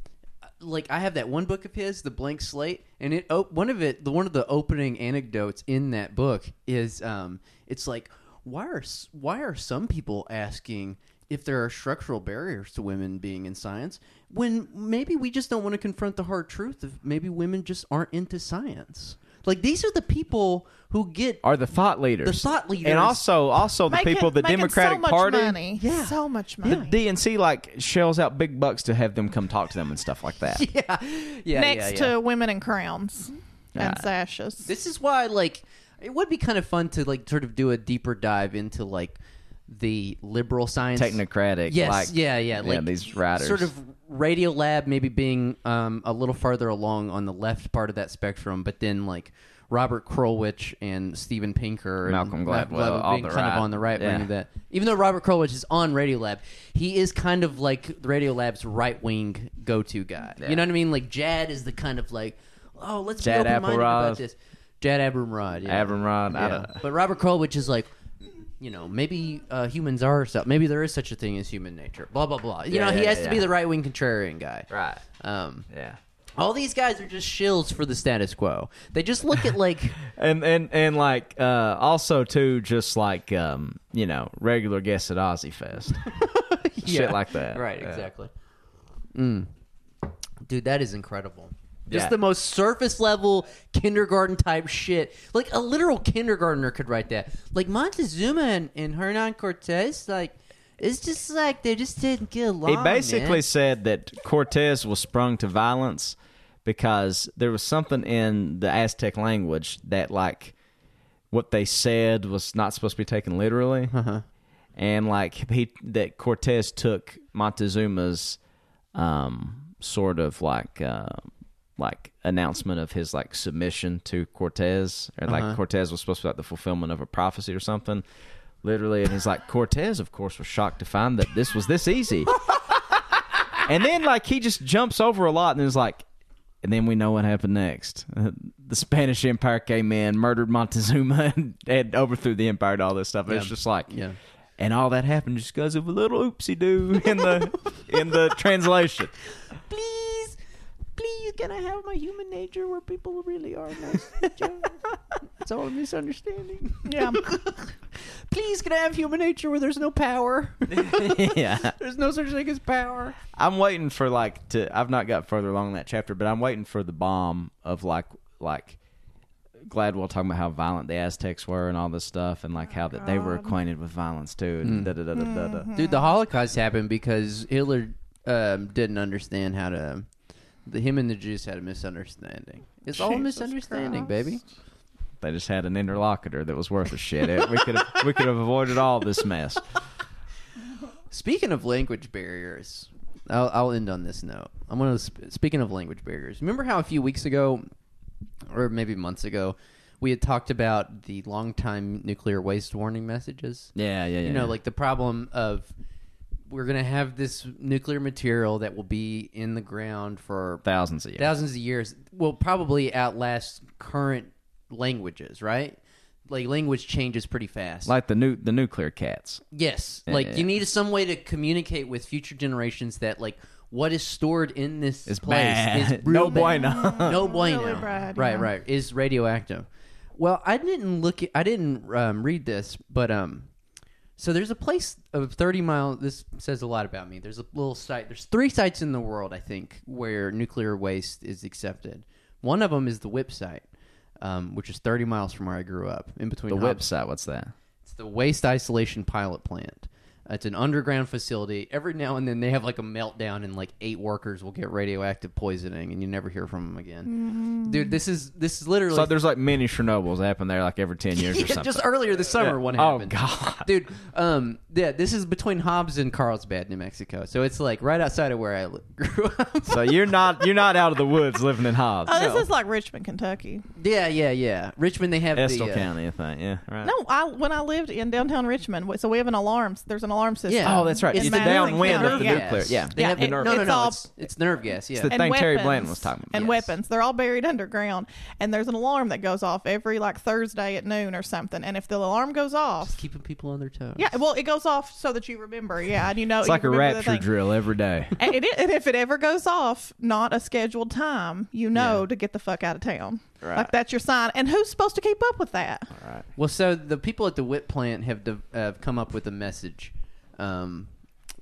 A: like I have that one book of his, The Blank Slate, and it op- one of it the one of the opening anecdotes in that book is um, it's like why are s- why are some people asking if there are structural barriers to women being in science when maybe we just don't want to confront the hard truth of maybe women just aren't into science. Like these are the people who get
B: Are the thought leaders.
A: The thought leaders.
B: And also also the
C: making-
B: people the
C: making
B: Democratic
C: so much
B: Party.
C: Money.
A: Yeah.
C: So much
B: The
C: money.
B: DNC like shells out big bucks to have them come talk to them and stuff like that.
A: yeah yeah yeah,
C: Next
A: yeah.
C: to women in crowns and sashes.
A: this is why like it would be kind of fun to like sort of do a deeper dive into like the liberal science
B: Technocratic.
A: yes
B: like,
A: yeah yeah like
B: these writers.
A: sort of radio lab maybe being um, a little farther along on the left part of that spectrum but then like robert krulwich and steven pinker and
B: Malcolm Gladwell, all
A: being
B: the
A: kind
B: right.
A: of on the right wing
B: Yeah.
A: of that even though robert krulwich is on radio lab he is kind of like radio lab's right wing go-to guy you know what i mean like jad is the kind of like oh let's
B: Jad
A: be open-minded about
B: Appelrod.
A: this Jad Abumrad. Yeah.
B: Abumrad, I don't-
A: But Robert Krulwich is like, you know, maybe uh, humans are stuff. Maybe there is such a thing as human nature. Blah blah blah. You
B: Yeah,
A: know, he
B: yeah,
A: has
B: yeah,
A: to be
B: yeah.
A: the right wing contrarian guy.
B: Right.
A: Um,
B: Yeah.
A: all these guys are just shills for the status quo. They just look at like,
B: and and and like uh also too just like um you know regular guests at Ozzy Fest
A: Yeah.
B: shit like that
A: right,
B: Yeah.
A: exactly. Mm. Dude, that is incredible. Just
B: Yeah.
A: the most surface level kindergarten type shit. Like a literal kindergartner could write that. Like Montezuma and, and Hernan Cortez, like it's just like they just didn't get along.
B: he basically
A: man.
B: said that Cortez was sprung to violence because there was something in the Aztec language that like what they said was not supposed to be taken literally and like he that Cortez took Montezuma's um sort of like uh like announcement of his like submission to Cortez or like
A: Uh-huh.
B: Cortez was supposed to be like the fulfillment of a prophecy or something literally and he's like Cortez of course was shocked to find that this was this easy and then like he just jumps over a lot and is like and then we know what happened next. the Spanish Empire came in, murdered Montezuma, and, and overthrew the empire and all this stuff. It's
A: Yeah.
B: just like,
A: Yeah.
B: and all that happened just because of a little oopsie doo in the in the translation.
A: please, please, can I have my human nature where people really are nice? it's all a misunderstanding.
C: yeah.
A: Please, can I have human nature where there's no power?
B: yeah,
A: there's no such thing as power.
B: I'm waiting for like to. I've not got further along that chapter, but I'm waiting for the bomb of like like Gladwell talking about how violent the Aztecs were and all this stuff, and like how that they were acquainted with violence too. And da da da da da. da.
A: Dude, the
C: Mm-hmm.
A: Holocaust happened because Hitler um, didn't understand how to. The him and the Jews had a misunderstanding. It's all
C: Jesus
A: misunderstanding,
C: Christ.
A: baby.
B: They just had an interlocutor that was worth a shit. It- we could have we could have avoided all this mess.
A: Speaking of language barriers, I'll, I'll end on this note. I'm gonna sp- speaking of language barriers. Remember how a few weeks ago, or maybe months ago, we had talked about the long-time nuclear waste warning messages.
B: Yeah, yeah, yeah.
A: you know,
B: yeah.
A: like the problem of we're gonna have this nuclear material that will be in the ground for
B: thousands of years.
A: thousands of years will probably outlast current languages, right? like language changes pretty fast.
B: Like the new the nuclear cats.
A: Yes, like you need some way to communicate with future generations that like what is stored in this
B: It's
A: place
B: bad.
A: is
B: no
A: real bad.
B: bueno.
A: no bueno.
C: Really bad,
A: right,
C: yeah.
A: right. Is radioactive. Well, I didn't look. At, I didn't um, read this, but um, so there's a place of 30 miles. This says a lot about me. There's a little site. There's three sites in the world, I think, where nuclear waste is accepted. One of them is the WIP site, um, which is 30 miles from where I grew up, in between
B: the
A: Hobbs-
B: website. What's that?
A: it's the Waste Isolation Pilot Plant. It's an underground facility. Every now and then they have like a meltdown and like eight workers will get radioactive poisoning and you never hear from them again.
C: Mm.
A: Dude, this is this is literally
B: So there's like mini Chernobyls happen there like every ten years or
A: Yeah,
B: something.
A: just earlier this summer
B: Yeah.
A: one
B: Oh,
A: happened.
B: God.
A: Dude, um yeah, this is between Hobbs and Carlsbad, New Mexico. So it's like right outside of where I li- grew up.
B: so you're not you're not out of the woods living in Hobbs.
C: Oh, this is like Richmond, Kentucky.
A: yeah, yeah, yeah. Richmond they have
B: Estill
A: the uh,
B: County, I think. Yeah, right.
C: No, I when I lived in downtown Richmond, so we have an alarm. There's an alarm system.
A: Yeah.
B: Oh, that's right.
C: In
B: It's,
A: the
C: Madison
B: downwind
C: County.
B: of the
C: Yeah.
B: nuclear.
A: gas.
B: Yeah,
A: They have the
C: and
A: nerve. No, no,
C: it's
A: no.
C: all-
A: it's, it's nerve gas. Yeah.
B: the
C: and
B: thing
C: weapons,
B: Terry Blanton was talking about.
C: And
A: Yes.
C: weapons. They're all buried underground. And there's an alarm that goes off every like Thursday at noon or something. And if the alarm goes
A: Just
C: off,
A: keeping people on their toes.
C: yeah, well, it goes off so that you remember. Yeah, and you know
B: It's
C: you
B: like a
C: remember the
B: rapture
C: thing.
B: drill every day.
C: And, it, and if it ever goes off, not a scheduled time, you know to get the fuck out of town.
B: Right.
C: Like that's your sign. And who's supposed to keep up with that?
A: Well, so the people at the whip plant have de- have come up with a message. Um,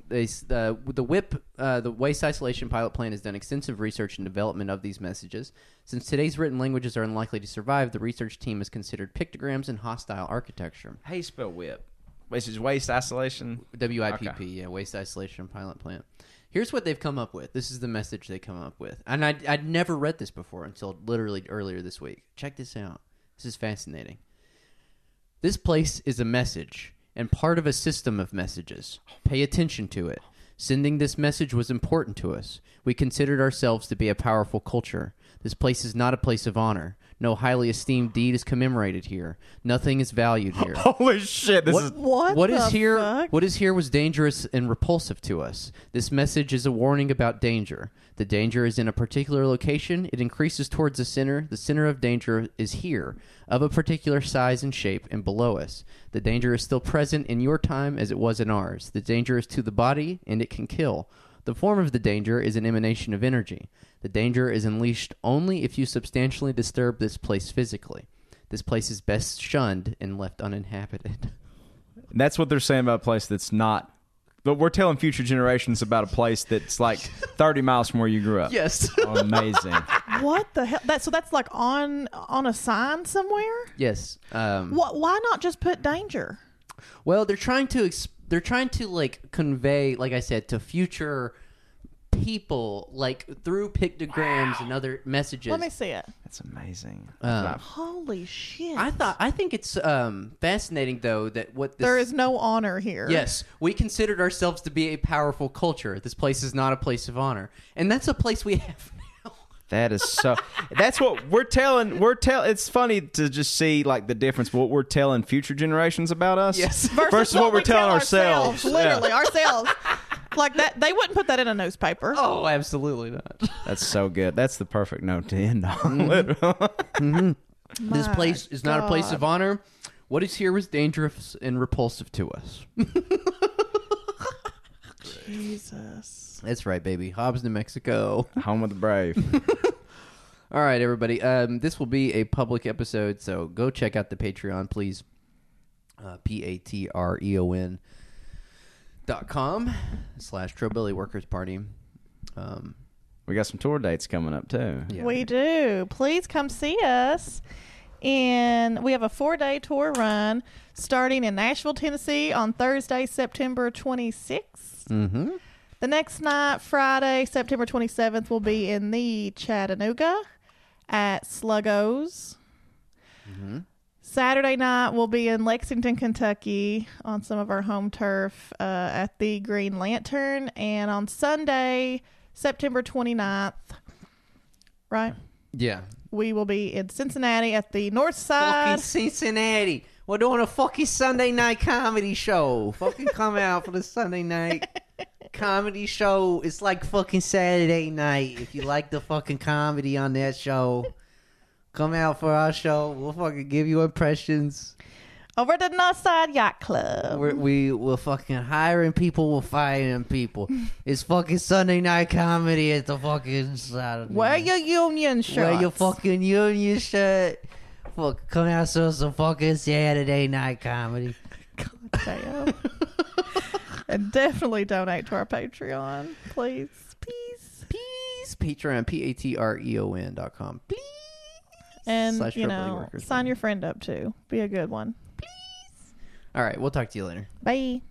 A: they s- uh, the whip uh, the waste isolation pilot plant has done extensive research and development of these messages. Since today's written languages are unlikely to survive, the research team has considered pictograms and hostile architecture.
B: How you spell whip? This is waste isolation.
A: WIPP,
B: Okay.
A: yeah, waste isolation pilot plant. Here's what they've come up with. This is the message they come up with, and I I'd never read this before until literally earlier this week. Check this out. This is fascinating. This place is a message and part of a system of messages. Pay attention to it. Sending this message was important to us. We considered ourselves to be a powerful culture. This place is not a place of honor. No highly esteemed deed is commemorated here. Nothing is valued here.
B: Holy shit! This is
C: What?
A: What
C: the
A: is here?
C: fuck?
A: What is here was dangerous and repulsive to us. This message is a warning about danger. The danger is in a particular location. It increases towards the center. The center of danger is here, of a particular size and shape, and below us. The danger is still present in your time as it was in ours. The danger is to the body, and it can kill. The form of the danger is an emanation of energy. The danger is unleashed only if you substantially disturb this place physically. This place is best shunned and left uninhabited.
B: That's what they're saying about a place that's not. But we're telling future generations about a place that's like 30 miles from where you grew up.
A: Yes.
B: Amazing.
C: What the hell? That so that's like on on a sign somewhere.
A: Yes. Um,
C: What? Why not just put danger?
A: well, they're trying to ex- they're trying to like convey, like I said, to future people, like through pictograms and other messages.
C: Let me see it.
B: That's amazing.
C: Holy shit!
A: I thought I think it's um, fascinating though that what this
C: there is no honor here.
A: Yes, we considered ourselves to be a powerful culture. This place is not a place of honor, and that's a place we have now.
B: That is so. That's what we're telling. We're tell. It's funny to just see like the difference. What we're telling future generations about us.
A: Yes.
B: Versus, what, we're
C: we
B: telling
C: tell
B: ourselves.
C: Literally ourselves. Like that, they wouldn't put that in a newspaper.
A: Oh, absolutely not.
B: Yeah. That's so good. That's the perfect note to end on. Literally.
A: this
C: My
A: place is not a place of
C: God.
A: honor. What is here was dangerous and repulsive to us.
C: Jesus.
A: That's right, baby. Hobbs, New Mexico.
B: Home of the brave.
A: All right, everybody. Um, this will be a public episode, so go check out the Patreon, please. Uh, P A T R E O N dot com slash Trobilly Workers Party. Um,
B: We got some tour dates coming up too.
A: yeah.
C: We do. Please come see us. And we have a four day tour run starting in Nashville, Tennessee on Thursday, September 26th.
A: Mm-hmm.
C: The next night, Friday, September 27th, will be in the Chattanooga at Sluggo's.
A: Mm-hmm.
C: Saturday night, we'll be in Lexington, Kentucky on some of our home turf uh, at the Green Lantern. And on Sunday, September 29th, right,
A: Yeah.
C: we will be in Cincinnati at the North
A: Fucking
C: Side.
A: Cincinnati. We're doing a fucking Sunday night comedy show. Fucking come out for the Sunday night comedy show. It's like fucking Saturday night. If you like the fucking comedy on that show, Come out for our show. We'll fucking give you impressions.
C: Over at the Northside Yacht Club.
A: We're, we we're fucking hiring people. We're firing people. It's fucking Sunday night comedy at the fucking Saturday.
C: Wear your union shirt.
A: Wear Mm. your fucking union shirt. Fuck, come out to some fucking Saturday night comedy.
C: Damn. and definitely donate to our Patreon, please. Please.
A: Please, Patreon, P A T R E O N dot com. Please.
C: And,
A: Slash
C: you
A: Tripoli
C: know,
A: Workers
C: sign
A: Fund.
C: your friend up too. Be a good one.
A: All right, we'll talk to you later.
C: Bye.